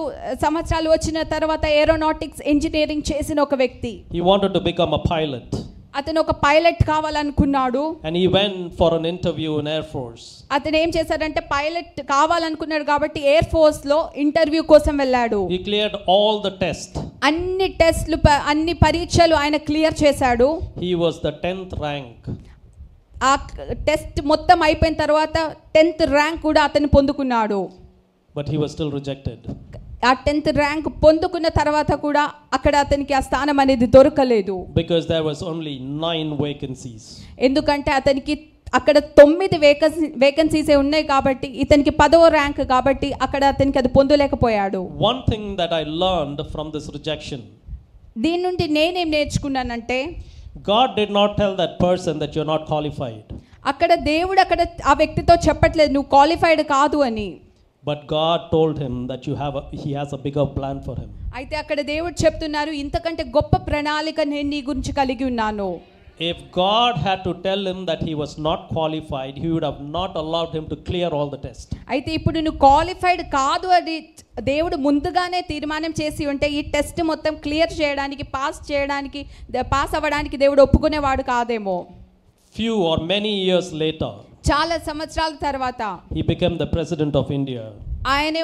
సంవత్సరాలు వచ్చిన తర్వాత ఏరోనాటిక్స్ ఇంజనీరింగ్ చేసిన ఒక వ్యక్తి He wanted to become a pilot, అతను ఒక పైలట్ కావాలనుకున్నాడు and he went for an interview in Air Force. అతను ఏం చేశాడంటే పైలట్ కావాలనుకున్నాడు కాబట్టి ఎయిర్ ఫోర్స్ లో ఇంటర్వ్యూ కోసం వెళ్ళాడు He cleared all the tests. అన్ని టెస్ట్లు ప- అన్ని పరీక్షలు ఆయన క్లియర్ చేశాడు He was the 10th rank. ఆ టెస్ట్ మొత్తం అయిపోయిన తర్వాత టెన్త్ ర్యాంక్ కూడా అతను పొందుకున్నాడు but he was still rejected. ఆ టెన్త్ ర్యాంక్ పొందుకున్న తర్వాత కూడా అక్కడ అతనికి ఆ స్థానం అనేది దొరకలేదు Because there was only nine vacancies. ఎందుకంటే అతనికి అక్కడ తొమ్మిది వేకన్సీ వేకెన్సీసే ఉన్నాయి కాబట్టి ఇతనికి పదవ ర్యాంక్ కాబట్టి అక్కడ అతనికి అది పొందలేకపోయాడు One thing that I learned from this rejection దీని నుండి నేనేం నేర్చుకున్నానంటే God did not tell that person that you're not qualified, అక్కడ దేవుడు అక్కడ ఆ వ్యక్తితో చెప్పట్లేదు నువ్వు క్వాలిఫైడ్ కాదు అని but God told him that you have a, he has a bigger plan for him. అయితే అక్కడ దేవుడు చెప్తున్నారు ఇంతకంటే గొప్ప ప్రణాళిక నేను నీ గురించి కలిగి ఉన్నాను If God had to tell him that he was not qualified, he would have not allowed him to clear all the tests. అయితే ఇప్పుడు నువ్వు క్వాలిఫైడ్ కాదు అని దేవుడు ముందుగానే తీర్మానం చేసి ఉంటే ఈ టెస్ట్ మొత్తం క్లియర్ చేయడానికి పాస్ చేయడానికి పాస్ అవ్వడానికి దేవుడు ఒప్పుకునేవాడు కాదేమో Few or many years later, చాలా సంవత్సరాల తర్వాత he became the president of India. ఆయన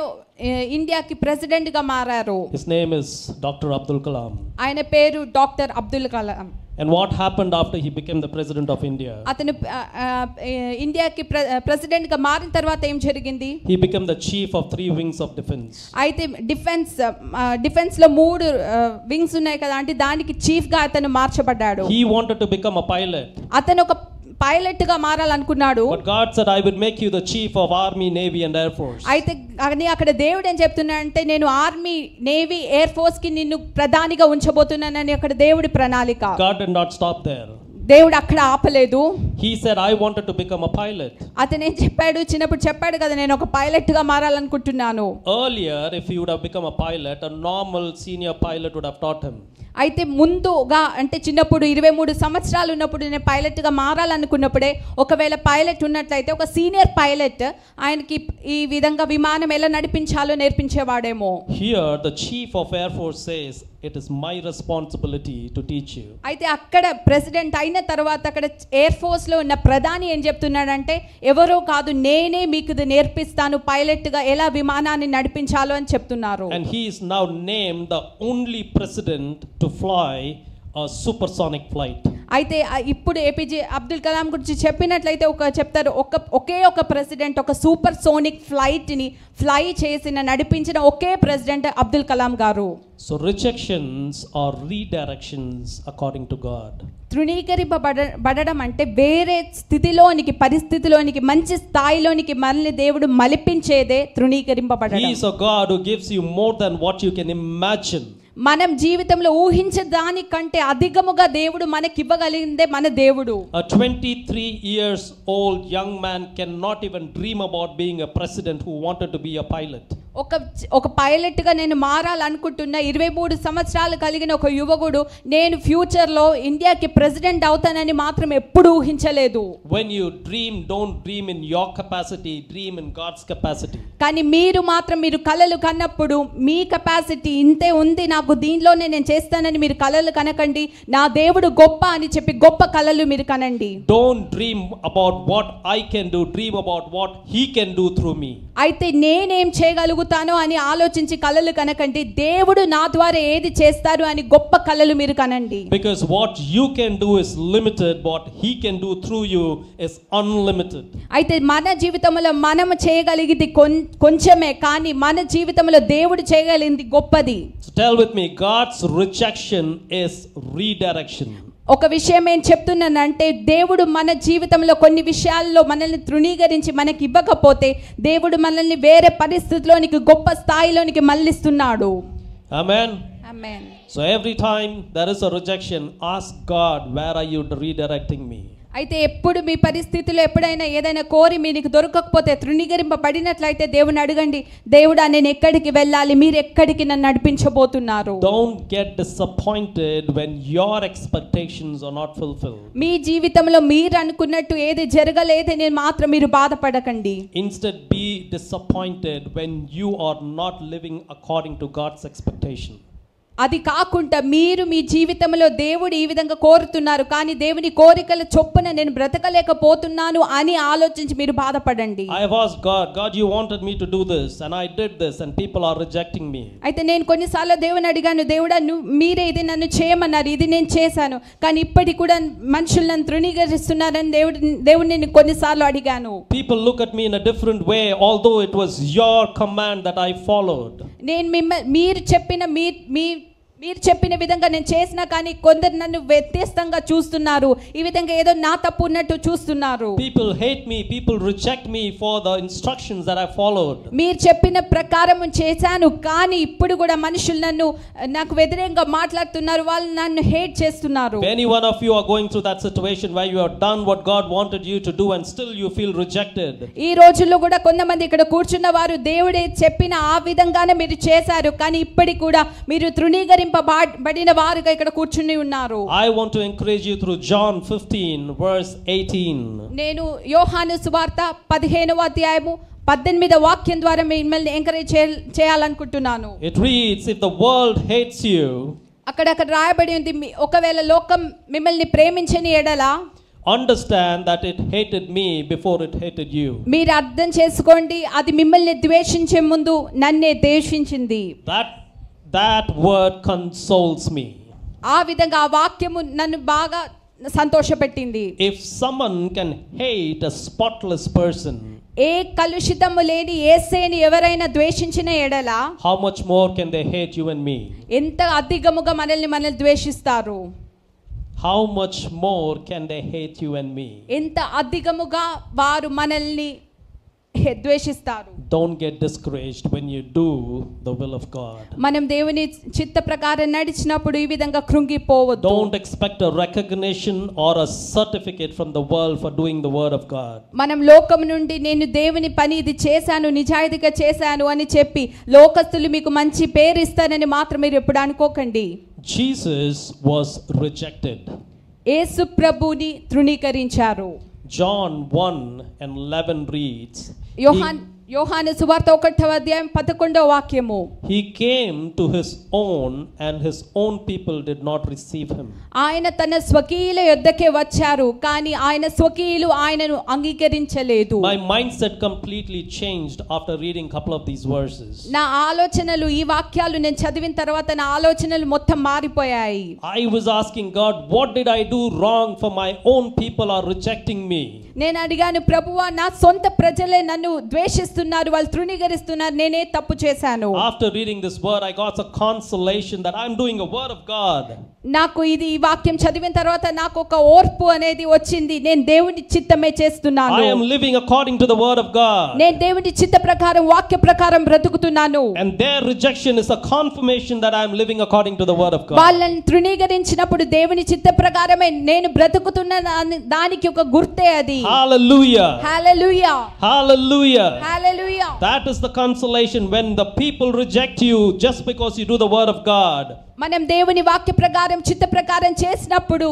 ఏ, ఇండియాకి ప్రెసిడెంట్గా మారారు His name is Dr. Abdul Kalam. ఆయన పేరు doctor Abdul Kalam And what happened after he became the president of India? అతను ఆ, ఆ, ఏ, ఇండియాకి ప్ర ప్రెసిడెంట్గా మారిన తర్వాత ఏం జరిగింది He became the chief of three wings of defense. అయితే డిఫెన్స్ ఆ, డిఫెన్స్లో మూడు ఆ, వింగ్స్ ఉన్నాయి కదా అంటే దానికి చీఫ్గా అతను మార్చబడ్డాడు He wanted to become a pilot, అతను ఒక పైలట్ గా మారాలనుకున్నాడు but God said, I would make you the chief of army, navy, and air force. అయితే కానీ అక్కడ దేవుడు ఏం చెప్తున్నాడంటే నేను ఆర్మీ నేవీ ఎయిర్ ఫోర్స్ కి నిన్ను ప్రధానిగా ఉంచబోతున్నానని అక్కడ దేవుడి ప్రణాళిక God did not stop there. దేవుడు అక్కడ ఆపలేదు He said, I wanted to become a pilot. అతను ఏం చెప్పాడు చిన్నప్పుడు చెప్పాడు కదా నేను ఒక పైలట్ గా మారాలనుకుంటున్నాను Earlier, if he would have become a pilot, a normal senior pilot would have taught him. అయితే ముందుగా అంటే చిన్నప్పుడు ఇరవై మూడు సంవత్సరాలు ఉన్నప్పుడు నేను పైలట్ గా మారాలనుకున్నప్పుడే ఒకవేళ పైలట్ ఉన్నట్లయితే ఒక సీనియర్ పైలట్ ఆయనకి ఈ విధంగా విమానం ఎలా నడిపించాలో నేర్పించేవాడేమో Here, the chief of air force says, It is my responsibility to teach you. అయితే అక్కడ ప్రెసిడెంట్ అయిన తర్వాత అక్కడ ఎయిర్ ఫోర్స్లో ఉన్న ప్రధాని ఏం చెప్తున్నాడంటే ఎవరో కాదు నేనే మీకు ఇది నేర్పిస్తాను పైలట్గా ఎలా విమానాన్ని నడిపించాలో అని చెప్తున్నారు And he is now named the only president to fly a supersonic flight. అయితే ఆ ఇప్పుడు ఏపీజే అబ్దుల్ కలాం గురించి చెప్పినట్లయితే ఒక చెప్తారు ఒక ఒకే ఒక ప్రెసిడెంట్ ఒక సూపర్ సోనిక్ ఫ్లైట్ని ఫ్లై చేసిన నడిపించిన ఒకే ప్రెసిడెంట్ అబ్దుల్ కలాం గారు So, rejections are redirections according to God. తృణీకరింపబడ బడడం అంటే వేరే స్థితిలోనికి పరిస్థితిలోనికి మంచి స్థాయిలోనికి మనల్ని దేవుడు మలిపించేదే He తృణీకరింపబడడం is a God who gives you more than what you can imagine. మనం జీవితంలో ఊహించదానికంటే అధికముగా దేవుడు మనకి ఇవ్వగలిగిందే మన దేవుడు A 23 years old young man cannot even dream about being a president who wanted to be a pilot. ఒక ఒక పైలట్గా నేను మారాలనుకుంటున్న ఇరవై మూడు సంవత్సరాలు కలిగిన ఒక యువకుడు నేను ఫ్యూచర్లో ఇండియాకి ప్రెసిడెంట్ అవుతానని మాత్రం ఎప్పుడూ ఊహించలేదు When you dream, don't dream in your capacity, dream in God's capacity. కానీ మీరు మాత్రం మీరు కలలు కన్నప్పుడు మీ కెపాసిటీ ఇంతే ఉంది నాకు దీనిలోనే నేను చేస్తానని మీరు కలలు కనకండి నా దేవుడు గొప్ప అని చెప్పి గొప్ప కలలు మీరు కనండి Don't dream about what I can do, dream about what He can do through me. అయితే నేనేం చేయగలుగు పొందుతానో అని ఆలోచించి కలలు కనకండి దేవుడు నా ద్వారా ఏది చేస్తారు అని గొప్ప కలలు మీరు కనండి Because what you can do is limited, what He can do through you is unlimited. అయితే మన జీవితంలో మనం చేయగలిగింది కొం- కొంచెమే కానీ మన జీవితంలో దేవుడు చేయగలిగింది గొప్పది So tell with me God's rejection is redirection. ఒక విషయం ఏం చెప్తున్నానంటే దేవుడు మన జీవితంలో కొన్ని విషయాల్లో మనల్ని తృణీకరించి మనకి ఇవ్వకపోతే దేవుడు మనల్ని వేరే పరిస్థితిలోనికి గొప్ప స్థాయిలోనికి మళ్ళిస్తున్నాడు Amen. So every time there is a rejection, ask God, where are you redirecting me? అయితే ఎప్పుడు మీ పరిస్థితిలో ఎప్పుడైనా ఏదైనా కోరి మీకు దొరకకపోతే తృణీకరింపబడినట్లయితే దేవుని అడగండి దేవుడా నేను ఎక్కడికి వెళ్ళాలి మీరు ఎక్కడికి నన్ను నడిపించబోతున్నారు Don't get disappointed when your expectations are not fulfilled. మీ జీవితంలో మీరు అనుకున్నట్టు ఏది జరగలేదని మాత్రం మీరు బాధపడకండి Instead, be disappointed when you are not living according to God's expectation. అది కాకుండా మీరు మీ జీవితంలో దేవుడు ఈ విధంగా కోరుతున్నారు కానీ దేవుని కోరికల చొప్పున నేను బ్రతకలేకపోతున్నాను అని ఆలోచించి మీరు బాధపడండి I have asked God, God, you wanted me to do this, and I did this, and people are rejecting me. అయితే నేను కొన్నిసార్లు దేవుని అడిగాను దేవుడా నువ్వు మీరే ఇది నన్ను చేయమన్నారు ఇది నేను చేశాను కానీ ఇప్పటికి కూడా మనుషులు నన్ను తృణీకరిస్తున్నారని దేవుడు దేవుడిని నేను కొన్నిసార్లు అడిగాను People look at me in a different way, although it was your command that I followed. నేను మిమ్మ మీరు చెప్పిన మీ మీ మీరు చెప్పిన విధంగా నేను చేసినా కానీ కొందరు నన్ను వ్యత్యస్తంగా చూస్తున్నారు ఈ విధంగా ఏదో నా తప్పు ఉన్నట్టు చూస్తున్నారు People hate me, people reject me for the instructions that I followed. మీరు చెప్పిన ప్రకారం చేశాను కానీ ఇప్పుడు కూడా మనుషులు నన్ను నాకు వ్యతిరేకంగా మాట్లాడుతున్నారు వాళ్ళు నన్ను హేట్ చేస్తున్నారు If any one of you are going through that situation where you have done what God wanted you to do and still you feel rejected, ఈ రోజుల్లో కూడా కొంతమంది ఇక్కడ కూర్చున్న వారు దేవుడే చెప్పిన ఆ విధంగానే మీరు చేశారు కానీ ఇప్పటికి కూడా మీరు తృణీకరింపబడిన వారుగా ఇక్కడ కూర్చుని ఉన్నారు I want to encourage you through John 15, verse 18. నేను యోహాను సువార్త పదిహేనవ అధ్యాయము పద్దెనిమిదవ వాక్యం ద్వారా మిమ్మల్ని ఎంకరేజ్ చేయ- చేయాలనుకుంటున్నాను It reads, If the world hates you, అక్కడ అక్కడ రాయబడి ఉంది "మీ- ఒకవేళ లోకం మిమ్మల్ని ప్రేమించని ఎడలా understand that it hated me before it hated you. మీరు అర్థం చేసుకోండి అది మిమ్మల్ని ద్వేషించే ముందు నన్నే ద్వేషించింది That, that word consoles me. ఆ విధంగా ఆ వాక్యము నన్ను బాగా సంతోషపెట్టింది If someone can hate a spotless person, ఏ కలుషితము లేని ఏసేని ఎవరైనా ద్వేషించిన ఎడల how much more can they hate you and me? ఎంత అధికముగా మనల్ని మనల్ని ద్వేషిస్తారు How much more can they hate you and me? ఎంత అధికముగా వారు మనల్ని హె- ద్వేషిస్తారు Don't get discouraged when you do the will of God. మనం దేవుని చిత్త ప్రకారం నడిచినప్పుడు ఈ విధంగా కృంగిపోవద్దు Don't expect a recognition or a certificate from the world for doing the word of God. మనం లోకం నుండి నేను దేవుని పని ఇది చేశాను నిజాయితీగా చేశాను అని చెప్పి లోకస్తులు మీకు మంచి పేరు ఇస్తారని మాత్రం మీరు ఎప్పుడు అనుకోకండి Jesus was rejected. యేసు ప్రభుని తృణీకరించారు John 1 and 11 reads యోహాన్ యోహాను సువార్త ఒకటవ అధ్యాయం పదకొండవ వాక్యము he, he came to his own, and his own people did not receive him. ఆయన తన స్వకీయుల యొద్దకే వచ్చారు కానీ ఆయన స్వకీయులు ఆయనను అంగీకరించలేదు My mindset completely changed after reading a couple of these verses. నా ఆలోచనలు ఈ వాక్యాలు నేను చదివిన తర్వాత నా ఆలోచనలు మొత్తం మారిపోయాయి I was asking God, what did I do wrong for my own people are rejecting me? నేను అడిగాను ప్రభువా నా సొంత ప్రజలే నన్ను ద్వేషిస్తున్నారు వాళ్ళు తృణీకరిస్తున్నారు నేనే తప్పు చేశాను After reading this word, I got a consolation that I'm doing a word of God. నాకు ఇది ఈ వాక్యం చదివిన తర్వాత నాకు ఒక ఓర్పు అనేది వచ్చింది నేను దేవుని చిత్తమే చేస్తున్నాను I am living according to the word of God. నేను దేవుని చిత్త ప్రకారం వాక్య ప్రకారం బ్రతుకుతున్నాను And their rejection is a confirmation that I'm living according to the word of God. వాళ్ళని తృణీకరించినప్పుడు దేవుని చిత్త ప్రకారమే నేను బ్రతుకుతున్న దాని- దానికి ఒక గుర్తే అది Hallelujah. Hallelujah Hallelujah. Hallelujah That is the consolation when the people reject you just because you do the word of God. మనం దేవుని వాక్య ప్రకారం చిత్త ప్రకారం చేసినప్పుడు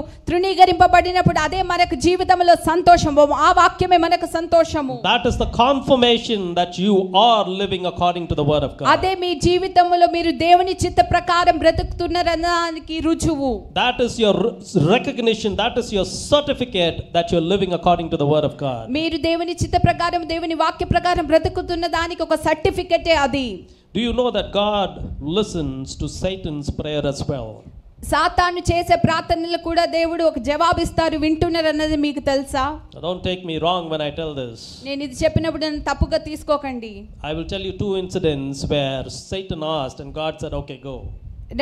తృణీకరింపబడినప్పుడు అదే మనకు జీవితంలో సంతోషము ఆ వాక్యమే మనకు సంతోషము That is the confirmation that you are living according to the word of God. అదే మీ జీవితంలో మీరు దేవుని చిత్త ప్రకారం బ్రతుకుతున్నారనడానికి రుజువు That is your re- recognition, that is your certificate that you're living according to the word of God. మీరు దేవుని చిత్త ప్రకారం దేవుని వాక్య ప్రకారం బ్రతుకుతున్న దానికి ఒక సర్టిఫికెటే అది Do you know that God listens to Satan's prayer as well? సాతాను చేసే ప్రార్థనలు కూడా దేవుడు ఒక జవాబిస్తారు వింటున్నారన్నది మీకు తెలుసా Now, don't take me wrong when I tell this. నేను ఇది చెప్పినప్పుడు నన్ను తప్పుగా తీసుకోకండి I will tell you two incidents where Satan asked and God said, Okay, go.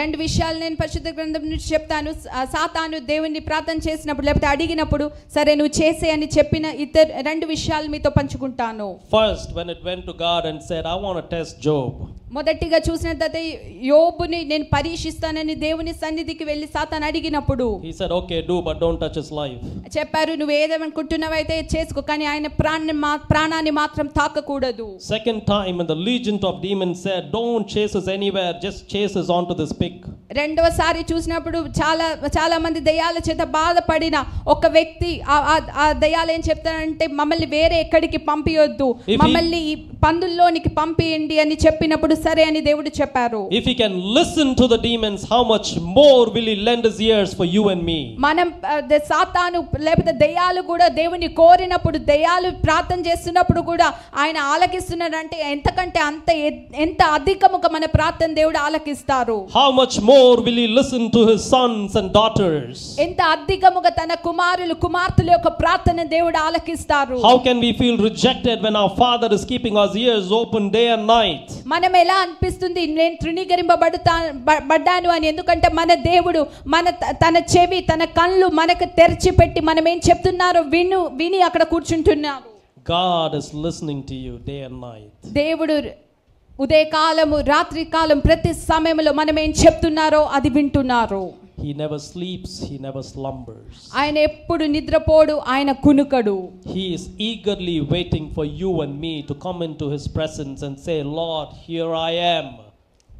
రెండు విషయాలు నేను పరిశుద్ధ గ్రంథం నుంచి చెప్తాను సా- సాతాను దేవుణ్ణి ప్రార్థన చేసినప్పుడు లేకపోతే అడిగినప్పుడు సరే నువ్వు చేసే అని చెప్పిన ఇద్దరు రెండు విషయాలు మీతో పంచుకుంటాను First, when it went to God and said, I want to test Job. మొదటిగా చూసినట్లయితే యోబుని నేను పరీక్షిస్తానని దేవుని సన్నిధికి వెళ్ళి సాతాను అడిగినప్పుడు He said, Okay, do, but don't touch his life. చెప్పారు నువ్వు ఏదేమనుకుంటున్నావైతే చేసుకో కానీ ఆయన ప్రాణాన్ని మా- ప్రాణాన్ని మాత్రం తాకకూడదు Second time, when the legion of demons said, Don't chase us anywhere, just chase us onto this pig. రెండవసారి చూసినప్పుడు చాలా చాలా మంది దయ్యాల చేత బాధపడిన ఒక వ్యక్తి ఆ- ఆ- ఆ దయ్యాలు ఏం చెప్తారంటే మమ్మల్ని వేరే ఎక్కడికి పంపియొద్దు If he- మమ్మల్ని ఈ పందుల్లోనికి పంపియండి అని చెప్పినప్పుడు సరే అని దేవుడు చెప్పారు If he can listen to the demons, how much more will he lend his ears for you and me? మనం ఆ, ద- సాతాను లేకపోతే దయ్యాలు కూడా దేవుని కోరినప్పుడు దయ్యాలు ప్రార్థన చేస్తున్నప్పుడు కూడా ఆయన ఆలకిస్తున్నాడంటే ఎంతకంటే అంత ఎ- ఎంత అధికముగా మన ప్రార్థన దేవుడు ఆలకిస్తారు How much more will he listen to his sons and daughters? ఎంత అధికముగా తన కుమారులు కుమార్తెల యొక్క ప్రార్థన దేవుడు ఆలకిస్తారు How can we feel rejected when our father is keeping our ears open day and night? మనం ఎలా అనిపిస్తుంది నేను తృణీకరింపబడుతా బ- పడ్డాను అని ఎందుకంటే మన దేవుడు మన త- తన చెవి తన కళ్ళు మనకు తెరిచిపెట్టి మనం ఏం చెప్తున్నారో విను విని అక్కడ కూర్చుంటున్నాము God is listening to you day and night. దేవుడు ఉదయకాలము రాత్రి కాలం ప్రతి సమయంలో మనం ఏం చెప్తున్నారో అది వింటున్నారు He never sleeps, he never slumbers. ఆయన ఎప్పుడు నిద్రపోడు ఆయన కునుకడు He is eagerly waiting for you and me to come into his presence and say, Lord, here I am.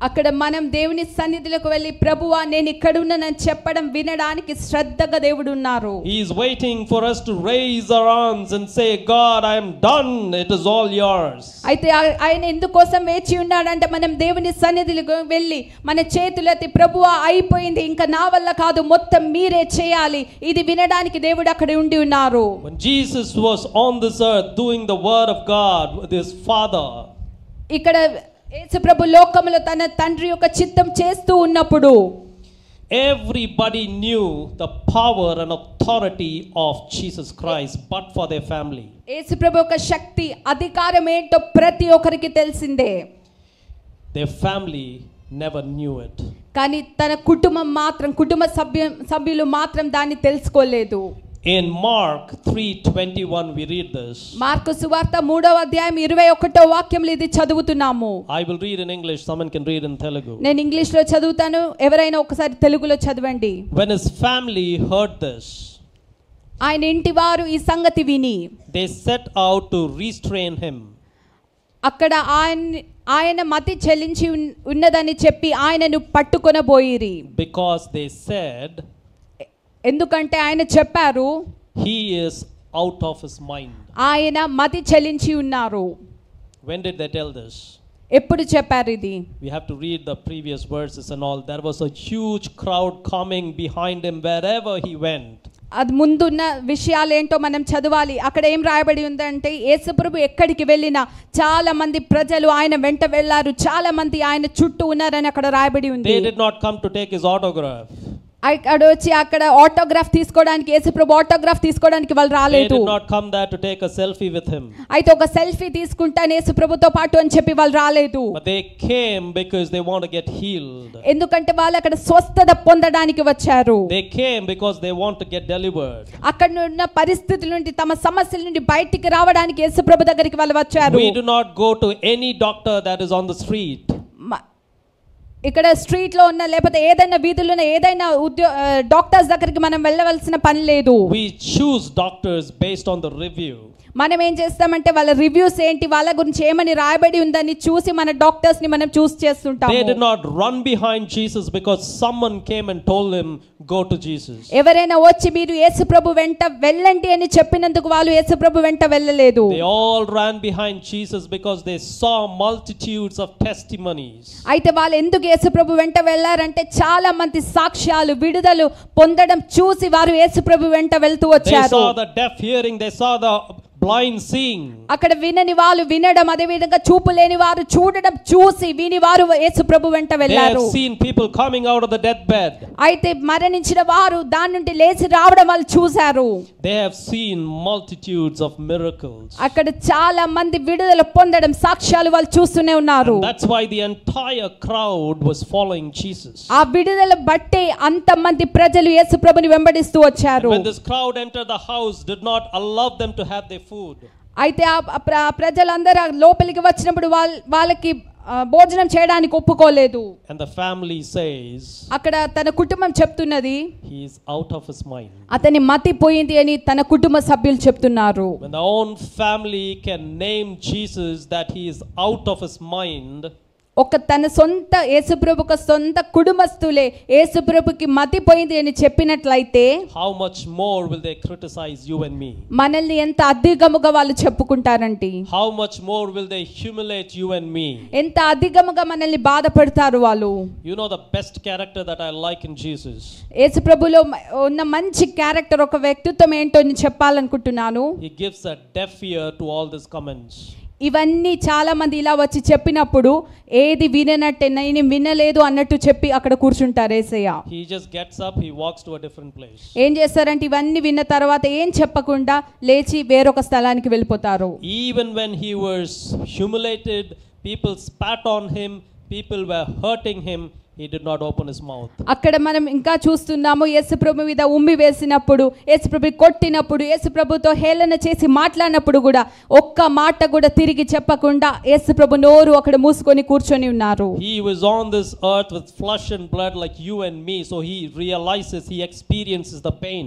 అక్కడ మనం దేవుని సన్నిధిలోకి వెళ్ళి ప్రభువా నేను ఇక్కడున్నానని చెప్పడం వినడానికి శ్రద్ధగా దేవుడు ఉన్నారు He is waiting for us to raise our arms and say, God, I am done. It is all yours. అయితే ఆ- ఆయన ఎందుకోసం వేచి ఉన్నాడంటే మనం దేవుని సన్నిధిలోకి వెళ్ళి మన చేతులెత్తి ప్రభువా అయిపోయింది ఇంకా నా వల్ల కాదు మొత్తం మీరే చేయాలి ఇది వినడానికి దేవుడు అక్కడ ఉండి ఉన్నారు When Jesus was on this earth doing the word of God with his Father, ఇక్కడ యేసుప్రభు లోకములో తన తండ్రి యొక్క చిత్తం చేస్తూ ఉన్నప్పుడు everybody knew the power and authority of Jesus Christ, but for their family. యేసుప్రభు యొక్క శక్తి అధికారం ఏంటో ప్రతి ఒక్కరికి తెలిసిందే Their family never knew it. కానీ తన కుటుంబం మాత్రం కుటుంబ సభ్యు సభ్యులు మాత్రం దాన్ని తెలుసుకోలేదు In Mark 3:21 we read this. Mark సువార్త మూడవ అధ్యాయం ఇరవై ఒకటో వాక్యంలో ఇది చదువుతున్నాము I will read in English, someone can read in Telugu. నేను ఇంగ్లీష్లో చదువుతాను ఎవరైనా ఒకసారి తెలుగులో చదవండి When his family heard this, ఆయన ఇంటి వారు ఈ సంగతి విని they set out to restrain him. అక్కడ ఆయన ఆయన మతి చెల్లించి ఉన్- ఉన్నదని చెప్పి ఆయనను పట్టుకొనబోయిరి because they said ఎందుకంటే ఆయన చెప్పారు he is out of his mind. ఆయన మతి చెల్లించి ఉన్నారు When did they tell this? ఎప్పుడు చెప్పారు ఇది We have to read the previous verses and all. There was a huge crowd coming behind him wherever he went. అది ముందున్న విషయాలు ఏంటో మనం చదవాలి అక్కడ ఏం రాయబడి ఉందంటే యేసుప్రభు ఎక్కడికి వెళ్ళినా చాలా మంది ప్రజలు ఆయన వెంట వెళ్ళారు చాలా మంది ఆయన చుట్టూ ఉన్నారని అక్కడ రాయబడి ఉంది They did not come to take his autograph. అక్కడ వచ్చి అక్కడ ఆటోగ్రాఫ్ తీసుకోవడానికి యేసుప్రభు ఆటోగ్రాఫ్ తీసుకోవడానికి వాళ్ళు They రాలేదు did not come there to take a selfie with him. అయితే ఒక సెల్ఫీ తీసుకుంటాను యేసుప్రభుతో పాటు అని చెప్పి వాళ్ళు రాలేదు But they came because they want to get healed. ఎందుకంటే వాళ్ళు అక్కడ స్వస్థత పొందడానికి వచ్చారు They came because they want to get delivered. అక్కడ ఉన్న పరిస్థితుల నుండి తమ సమస్యల నుండి బయటికి రావడానికి యేసుప్రభు దగ్గరికి వాళ్ళు వచ్చారు We do not go to any doctor that is on the street. మ- ఇక్కడ స్ట్రీట్ లో ఉన్న లేకపోతే ఏదైనా వీధుల్లో ఉన్న ఏదైనా ఉద్యో ఆ, డాక్టర్స్ దగ్గరికి మనం వెళ్ళవలసిన పని లేదు We choose doctors based on the review. మనం ఏం చేస్తామంటే వాళ్ళ రివ్యూస్ ఏంటి వాళ్ళ గురించి ఏమని రాయబడి ఉందని చూసి మన డాక్టర్స్ ని మనం చూస్ They did చేస్తుంటాము not run behind Jesus because someone came and told him, Go to Jesus. ఎవరైనా వచ్చి మీరు యేసుప్రభు వెంట వెళ్ళండి అని చెప్పినందుకు వాళ్ళు యేసుప్రభు వెంట వెళ్ళలేదు They all ran behind Jesus because they saw multitudes of testimonies. అయితే వాళ్ళు ఎందుకు యేసుప్రభు వెంట వెళ్ళారంటే చాలా మంది సాక్ష్యాలు విడుదలు పొందడం చూసి వారు యేసుప్రభు వెంట వెళ్తూ They వచ్చారు saw the deaf hearing, they saw the blind seeing. అక్కడ వినని వాళ్ళు వినడం అదే విధంగా చూపు లేని వారు చూడడం చూసి విని వారు యేసుప్రభు వెంట They have వెళ్ళారు seen people coming out of the deathbed. అయితే మరణించిన వారు దాని నుండి లేచి రావడం వాళ్ళు చూశారు They have seen multitudes of miracles. అక్కడ చాలా మంది విడుదల పొందడం సాక్ష్యాలు వాళ్ళు చూస్తూనే ఉన్నారు And that's why the entire crowd was following Jesus. ఆ విడుదల బట్టే అంతమంది ప్రజలు యేసుప్రభుని వెంబడిస్తూ And వచ్చారు when this crowd entered the house, did not allow them to have their food. అయితే ఆ ఆ ప్ర- ప్రజలందరూ ఆ లోపలికి వచ్చినప్పుడు వాళ్ళ వాళ్ళకి ఆ, భోజనం చేయడానికి ఒప్పుకోలేదు And the family says, అక్కడ తన కుటుంబం చెప్తున్నది He is out of his mind. అతని మతి పోయింది అని తన కుటుంబ సభ్యులు చెప్తున్నారు When the own family can name Jesus that he is out of his mind, ఒక తన సొంత యేసుప్రభు యొక్క సొంత కుటుంబస్తులే యేసుప్రభుకి మతి పోయింది అని చెప్పినట్లయితే how much more will they criticize you and me? మనల్ని ఎంత అధిగముగా వాళ్ళు చెప్పుకుంటారండి How much more will they humiliate you and me? ఎంత అధిగముగా మనల్ని బాధపడతారు వాళ్ళు You know the best character that I like in Jesus? యేసుప్రభులో మ- ఉన్న మంచి క్యారెక్టర్ ఒక వ్యక్తిత్వం ఏంటో నేను చెప్పాలనుకుంటున్నాను He gives a deaf ear to all these comments. ఇవన్నీ చాలా మంది ఇలా వచ్చి చెప్పినప్పుడు ఏది విననట్టే నేను వినలేదు అన్నట్టు చెప్పి అక్కడ కూర్చుంటారు ఏసయ్య He just gets up, he walks to a different place. ఏం చేస్తారంటే ఇవన్నీ విన్న తర్వాత ఏం చెప్పకుండా లేచి వేరొక స్థలానికి వెళ్ళిపోతారు Even when he was humiliated, people spat on him, people were hurting him, he did not open his mouth. అక్కడ మనం ఇంకా చూస్తున్నాము యేసుప్రభు మీద ఉమ్మి వేసినప్పుడు యేసుప్రభు కొట్టినప్పుడు యేసుప్రభుతో హేళన చేసి మాట్లాడినప్పుడు కూడా ఒక్క మాట కూడా తిరిగి చెప్పకుండా యేసుప్రభు నోరు అక్కడ మూసుకొని కూర్చొని ఉన్నారు He was on this earth with flesh and blood like you and me, so he realizes, he experiences the pain.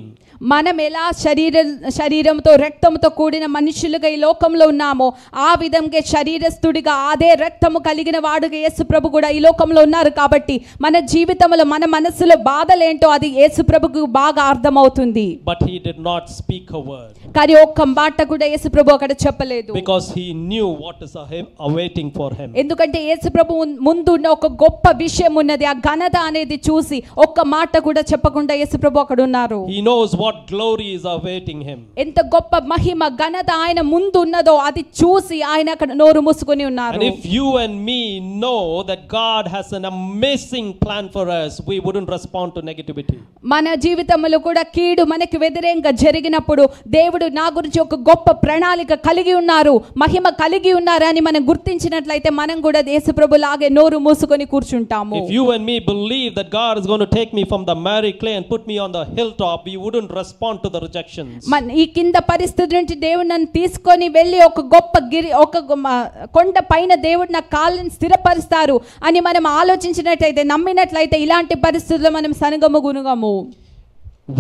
మనం ఎలా శరీర శరీరంతో రక్తంతో కూడిన మనుషులుగా ఈ లోకంలో ఉన్నామో ఆ విధంగా శరీరస్థుడిగా అదే రక్తము కలిగిన వాడుగా యేసుప్రభు కూడా ఈ లోకంలో ఉన్నారు కాబట్టి మన జీవితంలో మన మనస్సులో బాధలేంటో అది యేసుప్రభుకు బాగా అర్థమవుతుంది But he did not speak a word కానీ ఒక్క మాట కూడా యేసుప్రభు అక్కడ చెప్పలేదు because he knew what is ahe- awaiting for him. ఎందుకంటే యేసుప్రభు ఉన్- ముందు ఉన్న ఒక గొప్ప విషయం ఉన్నది ఆ ఘనత అనేది చూసి ఒక్క మాట కూడా చెప్పకుండా యేసుప్రభు అక్కడ ఉన్నారు He knows what glory is awaiting him. ఎంత గొప్ప మహిమ ఘనత ఆయన ముందు ఉన్నదో అది చూసి ఆయన అక్కడ నోరు మూసుకొని ఉన్నారు And if you and me know that God has an amazing plan for us, we wouldn't respond to negativity. మన జీవితంలో కూడా కీడు మనకి వ్యతిరేకంగా జరిగినప్పుడు దేవుడు నా గురించి ఒక గొప్ప ప్రణాళిక కలిగి ఉన్నారు మహిమ కలిగి ఉన్నారు అని మనం గుర్తించినట్లయితే మనం కూడా యేసుప్రభు లాగే నోరు మూసుకొని కూర్చుంటాము If you and me believe that God is going to take me from the merry clay and put me on the hilltop, we wouldn't respond to the rejections. మన ఈ కింద పరిస్థితి నుంచి దేవుడు నన్ను తీసుకొని వెళ్ళి ఒక గొప్ప గిరి ఒక గొ- మ- కొండ పైన దేవుడు నా కాళ్ళని స్థిరపరుస్తారు అని మనం ఆలోచించినట్లయితే నమ్మినట్లయితే ఇలాంటి పరిస్థితుల్లో మనం సనగము గునుగము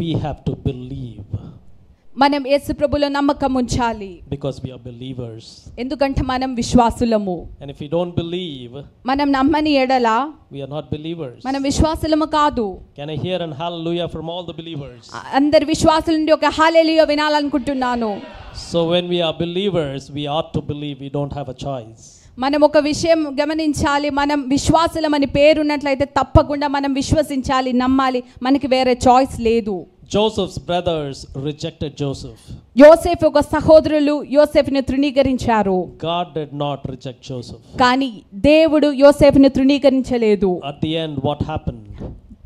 We have to believe మనం యేసు ప్రభులో నమ్మకం ఉంచాలి because we are believers. ఎందుకంటే మనం విశ్వాసులము And if we don't believe, మనం నమ్మని ఎడల we are not believers. మనం విశ్వాసులము కాదు Can I hear an hallelujah from all the believers? అందరి విశ్వాసుల నుండి ఒక హాలేలియో వినాలనుకుంటున్నాను So when we are believers, we ought to believe we don't have a choice. మనం ఒక విషయం గమనించాలి మనం విశ్వాసులం అని పేరున్నట్లయితే తప్పకుండా మనం విశ్వసించాలి నమ్మాలి మనకి వేరే చాయిస్ లేదు Joseph's brothers rejected Joseph. Yosef ఒక సహోదరులు యోసేఫ్ని తృణీకరించారు God did not reject Joseph. కానీ దేవుడు యోసేఫ్ని తృణీకరించలేదు At the end, what happened?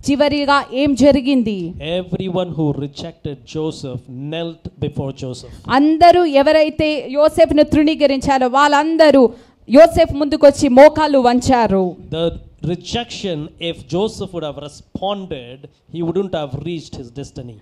చివరిగా ఏం జరిగింది Everyone who rejected Joseph knelt before Joseph. అందరూ ఎవరైతే యోసేఫ్ను తృణీకరించారో వాళ్ళందరూ యోసేఫ్ ముందుకొచ్చి మోకాలు వంచారు The rejection, if Joseph would have responded, he wouldn't have reached his destiny.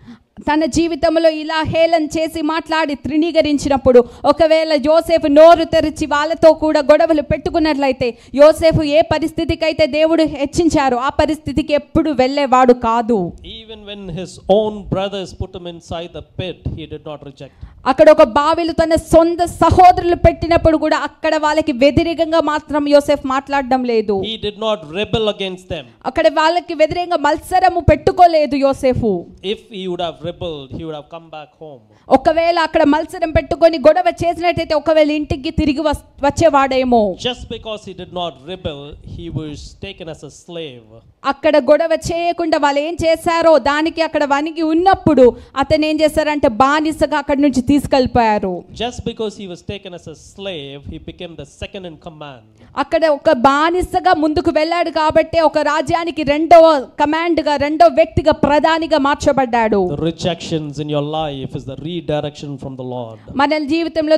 తన జీవితంలో ఇలా హేళన చేసి మాట్లాడి తృణీకరించినప్పుడు ఒకవేళ యోసేఫ్ నోరు తెరిచి వాళ్ళతో కూడా గొడవలు పెట్టుకున్నట్లయితే యోసేఫ్ ఏ పరిస్థితికైతే దేవుడు హెచ్చించారో ఆ పరిస్థితికి ఎప్పుడు వెళ్ళేవాడు కాదు Even when his own brothers put him inside the pit, he did not reject. అక్కడ ఒక బావిలు తన సొంత సహోదరులు పెట్టినప్పుడు కూడా అక్కడ వాళ్ళకి వ్యతిరేకంగా మాత్రం యోసేఫ్ మాట్లాడడం లేదు He did not rebel against them. అక్కడ వాళ్ళకి వ్యతిరేకంగా మత్సరము పెట్టుకోలేదు యోసేఫు If he would have rebelled, he would have come back home. ఒకవేళ అక్కడ మత్సరం పెట్టుకొని గొడవ చేసినట్టయితే ఒకవేళ ఇంటికి తిరిగి వస్- వచ్చేవాడేమో Just because he did not rebel, he was taken as a slave. అక్కడ గొడవ చేయకుండా వాళ్ళు ఏం చేశారో దానికి అక్కడ వణిగి ఉన్నప్పుడు అతను ఏం చేశారంటే బానిసగా అక్కడి నుంచి తీసుకెళ్ళిపోయారు Just because he was taken as a slave, he became the second in command. అక్కడ ఒక బానిసగా ముందుకు వెళ్ళాడు కాబట్టి ఒక రాజ్యానికి రెండవ కమాండ్గా రెండవ వ్యక్తిగా ప్రధానిగా మార్చబడ్డాడు The rejections in your life is the redirection from the Lord. మన జీవితంలో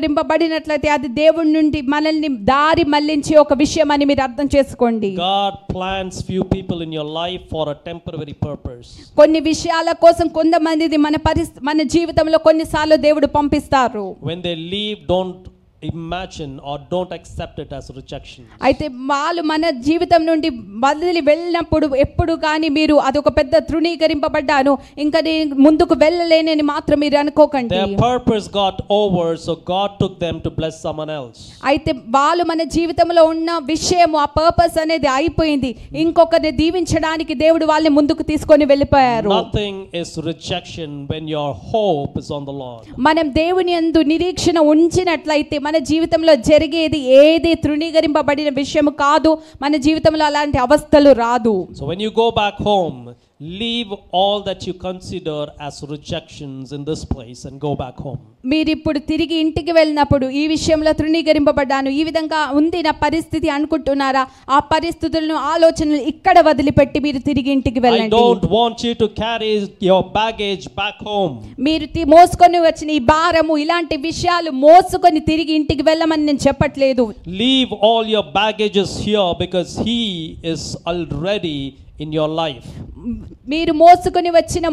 తృణీకరింపబడినట్లయితే అది దేవుడి నుండి మనల్ని దారి మళ్లించే ఒక విషయం అని మీరు అర్థం చేసుకోండి God plants few people in your life for a temporary purpose. కొన్ని విషయాల కోసం కొంతమందిది మన పరిస్ మన జీవితంలో కొన్నిసార్లు దేవుడు పంపిస్తారు When they leave, don't imagine or don't accept it as rejection. అయితే వాళ్ళు మన జీవితం నుండి వదిలి వెళ్ళినప్పుడు ఎప్పుడు కానీ మీరు అదొక పెద్ద తృణీకరింపబడ్డాను ఇంకా నేను ముందుకు వెళ్ళలేనని మాత్రం మీరు అనుకోకండి Their purpose got over, so God took them to bless someone else. అయితే వాళ్ళు మన జీవితంలో ఉన్న విషయము ఆ పర్పస్ అనేది అయిపోయింది ఇంకొకరిని దీవించడానికి దేవుడు వాళ్ళని ముందుకు తీసుకొని వెళ్ళిపోయారు Nothing is rejection when your hope is on the Lord. మనం దేవుని యందు నిరీక్షణ ఉంచినట్లయితే మన జీవితంలో జరిగేది ఏది తృణీకరింపబడిన విషయం కాదు మన జీవితంలో అలాంటి అవస్థలు రాదు So when you go back home, leave all that you consider as rejections in this place and go back home. మీరు ఇప్పుడు తిరిగి ఇంటికి వెళ్ళినప్పుడు ఈ విషయంలో తృణీకరింపబడ్డాను ఈ విధంగా ఉంది నా పరిస్థితి అనుకుంటున్నారా ఆ పరిస్థితులను ఆలోచనలు ఇక్కడ వదిలిపెట్టి మీరు తిరిగి ఇంటికి I వెళ్ళండి don't want you to carry your baggage back home. మీరు తి- మోసుకొని వచ్చిన ఈ భారము ఇలాంటి విషయాలు మోసుకొని తిరిగి ఇంటికి వెళ్ళమని నేను చెప్పట్లేదు Leave all your baggages here because He is already in your life. మీరు మోసుకొని వచ్చిన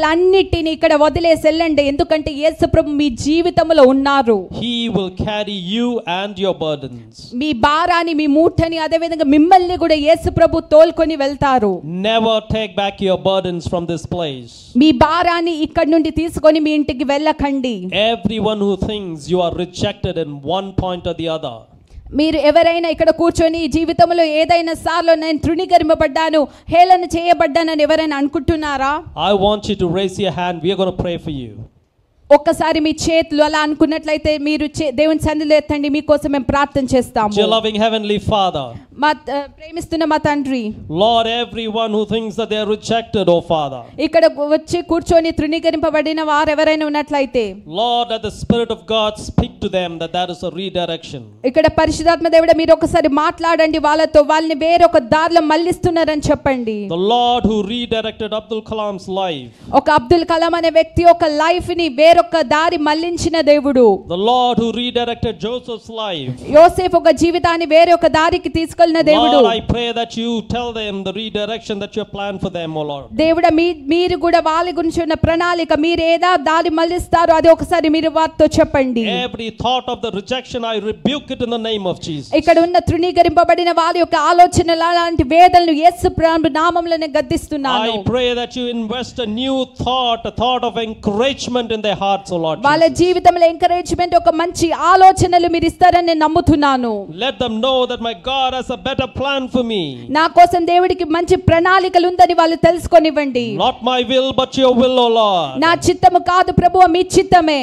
మూటలన్నిటిని ఇక్కడ వదిలేసి వెళ్ళండి ఎందుకంటే యేసుప్రభు మీ జీవితంలో ఉన్నారు He will carry you and your burdens. మీ భారాన్ని మీ మూటని అదేవిధంగా మిమ్మల్ని కూడా యేసుప్రభు తోల్కొని వెళ్తారు Never take back your burdens from this place. మీ భారాన్ని ఇక్కడి నుండి తీసుకొని మీ ఇంటికి వెళ్ళకండి Everyone who thinks you are rejected in one point or the other, మీరు ఎవరైనా ఇక్కడ కూర్చొని ఈ జీవితంలో ఏదైనా సార్లు నేను తృణీకరింపబడ్డాను హేళన చేయబడ్డానని ఎవరైనా అనుకుంటున్నారా I want you to raise your hand. We are going to pray for you. ఒక్కసారి మీ చేతులు అలా అనుకున్నట్లయితే మీరు చే- దేవుని సన్నిధిలో ఎత్తండి మీకోసం మేము ప్రార్థన Dear చేస్తాము loving Heavenly Father, మా త- ప్రేమిస్తున్న మా తండ్రి Lord, everyone who thinks that they are rejected, oh Father, ఇక్కడ వచ్చి కూర్చొని తృణీకరింపబడిన వారు ఎవరైనా ఉన్నట్లయితే Lord, that the Spirit of God speak to them that that is a redirection. ఇక్కడ పరిశుధాత్మ దేవుడ మీరు ఒకసారి మాట్లాడండి వాళ్ళతో వాళ్ళని వేరొక దారిలో మళ్ళిస్తున్నారని చెప్పండి The Lord who redirected Abdul Kalam's life, ఒక అబ్దుల్ కలాం అనే వ్యక్తి ఒక లైఫ్ ని వేరొక దారి మళ్లించిన దేవుడు the Lord who redirected Joseph's life. యోసేఫ్ ఒక జీవితాన్ని వేరొక దారికి తీసుకెళ్లిన దేవుడు Lord, I pray that you tell them the redirection that you have planned for them, O Lord. దేవుడ మీ మీరు కూడా వాళ్ళ గురించి ఉన్న ప్రణాళిక మీరు ఏదా దారి మళ్ళిస్తారో అది ఒకసారి మీరు వారితో చెప్పండి Every thought of the rejection, I rebuke it in the name of Jesus. ఇక్కడ ఉన్న తృణీకరింపబడిన వారి యొక్క ఆలోచనలు అలాంటి వేదనలు యేసు ప్రాణ నామంలోనే గద్దిస్తున్నాను I pray that you invest a new thought, a thought of encouragement in their hearts, O Lord. వాళ్ళ Jesus. జీవితంలో ఎంకరేజ్మెంట్ ఒక మంచి ఆలోచనలు మీరు ఇస్తారని నేను నమ్ముతున్నాను Let them know that my God has a better plan for me. నా కోసం దేవుడికి మంచి ప్రణాళికలు ఉందని వాళ్ళు తెలుసుకొనివ్వండి Not my will, but your will, O Lord. నా చిత్తము కాదు ప్రభు మీ చిత్తమే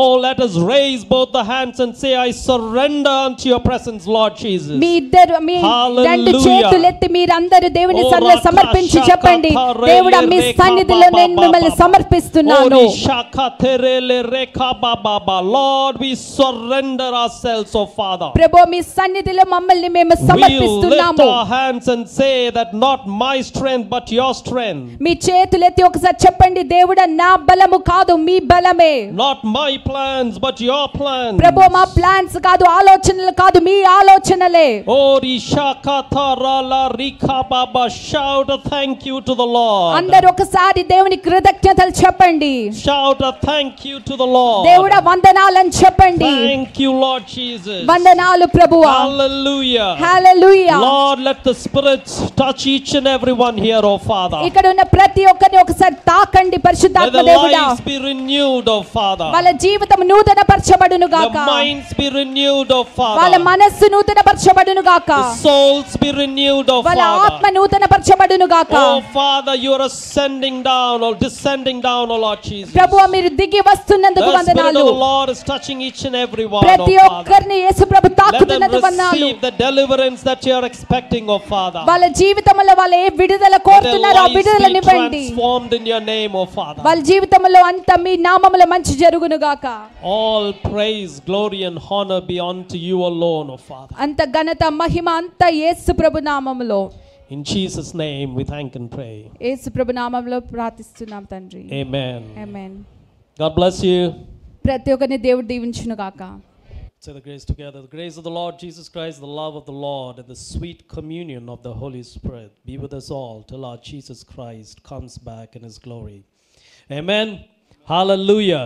Oh, let us raise both the hands and say, I surrender unto your presence, Lord Jesus. మీ ఇద్దరు మీ Hallelujah. రెండు చేతులెత్తి మీరందరూ దేవుని Oh, సన్నిధిలో Raka సమర్పించి Shaka చెప్పండి Tarele దేవుడా మీ Reka సన్నిధిలో Baba నేను మిమ్మల్ని Baba. సమర్పిస్తున్నాను Ori Shaka Terele Reka Baba Baba. Lord, we surrender ourselves, O Father. ప్రభు మీ సన్నిధిలో మమ్మల్ని మేము We lift సమర్పిస్తున్నాము our hands and say that not my strength, but your strength. మీ చేతులెత్తి ఒకసారి చెప్పండి దేవుడా నా బలము కాదు మీ బలమే Not my plans, but your plans. ప్రభు మా ప్లాన్స్ కాదు ఆలోచనలు కాదు మీ ఆలోచనలే Ori Shaka Tarala Reka Baba. Shout a thank you to the Lord. అందరు ఒకసారి దేవుని కృతజ్ఞతలు చెప్పండి Shout a thank Thank you to the Lord. దేవుడా వందనాలని చెప్పండి Thank you, Lord Jesus. వందనాలు ప్రభువా Hallelujah. Hallelujah Lord, let the spirits touch each and every one here, oh Father. ఇక్కడ ఉన్న ప్రతి ఒక్కరిని ఒకసారి తాకండి Let పరిశుద్ధాత్మ the దేవుడా lives be renewed, oh Father. వాళ్ళ జీవితం నూతన పరచబడును The గాక minds be renewed, oh వాళ్ళ Father. మనస్సు నూతన పరచబడును గాక The souls be renewed, oh వాళ్ళ ఆత్మ Father. నూతన పరచబడును గాక Oh Father, you are ascending down or descending down, oh Lord Jesus. ప్రభు మీరు దిగి వస్తున్నందుకు The Spirit of the వందనాలు Lord is touching each and every one, ప్రతి oh Father. ఒక్కరిని యేసు ప్రభు Let them తాకుతున్నందుకు వందనాలు receive the deliverance that you are expecting, oh Father. వాళ్ళ జీవితంలో వాళ్ళు ఏ విడుదల Let their కోరుతున్నారో ఆ lives be విడుదలనివ్వండి transformed in your name, oh Father. వాళ్ళ జీవితంలో అంత మీ నామములో మంచి జరుగును గాక All praise, glory, and honor be unto you alone, O Father. అంత ఘనత మహిమ అంత యేసు ప్రభు నామములో In Jesus' name we thank and pray. యేసు ప్రభు నామములో ప్రార్థిస్తున్నాం తండ్రి Amen. Amen God bless you. ప్రతి ఒక్కరిని దేవుడు దీవించును గాక Say the grace together. The grace of the Lord Jesus Christ, the love of the Lord, and the sweet communion of the Holy Spirit be with us all till our Jesus Christ comes back in his glory. Amen. Hallelujah.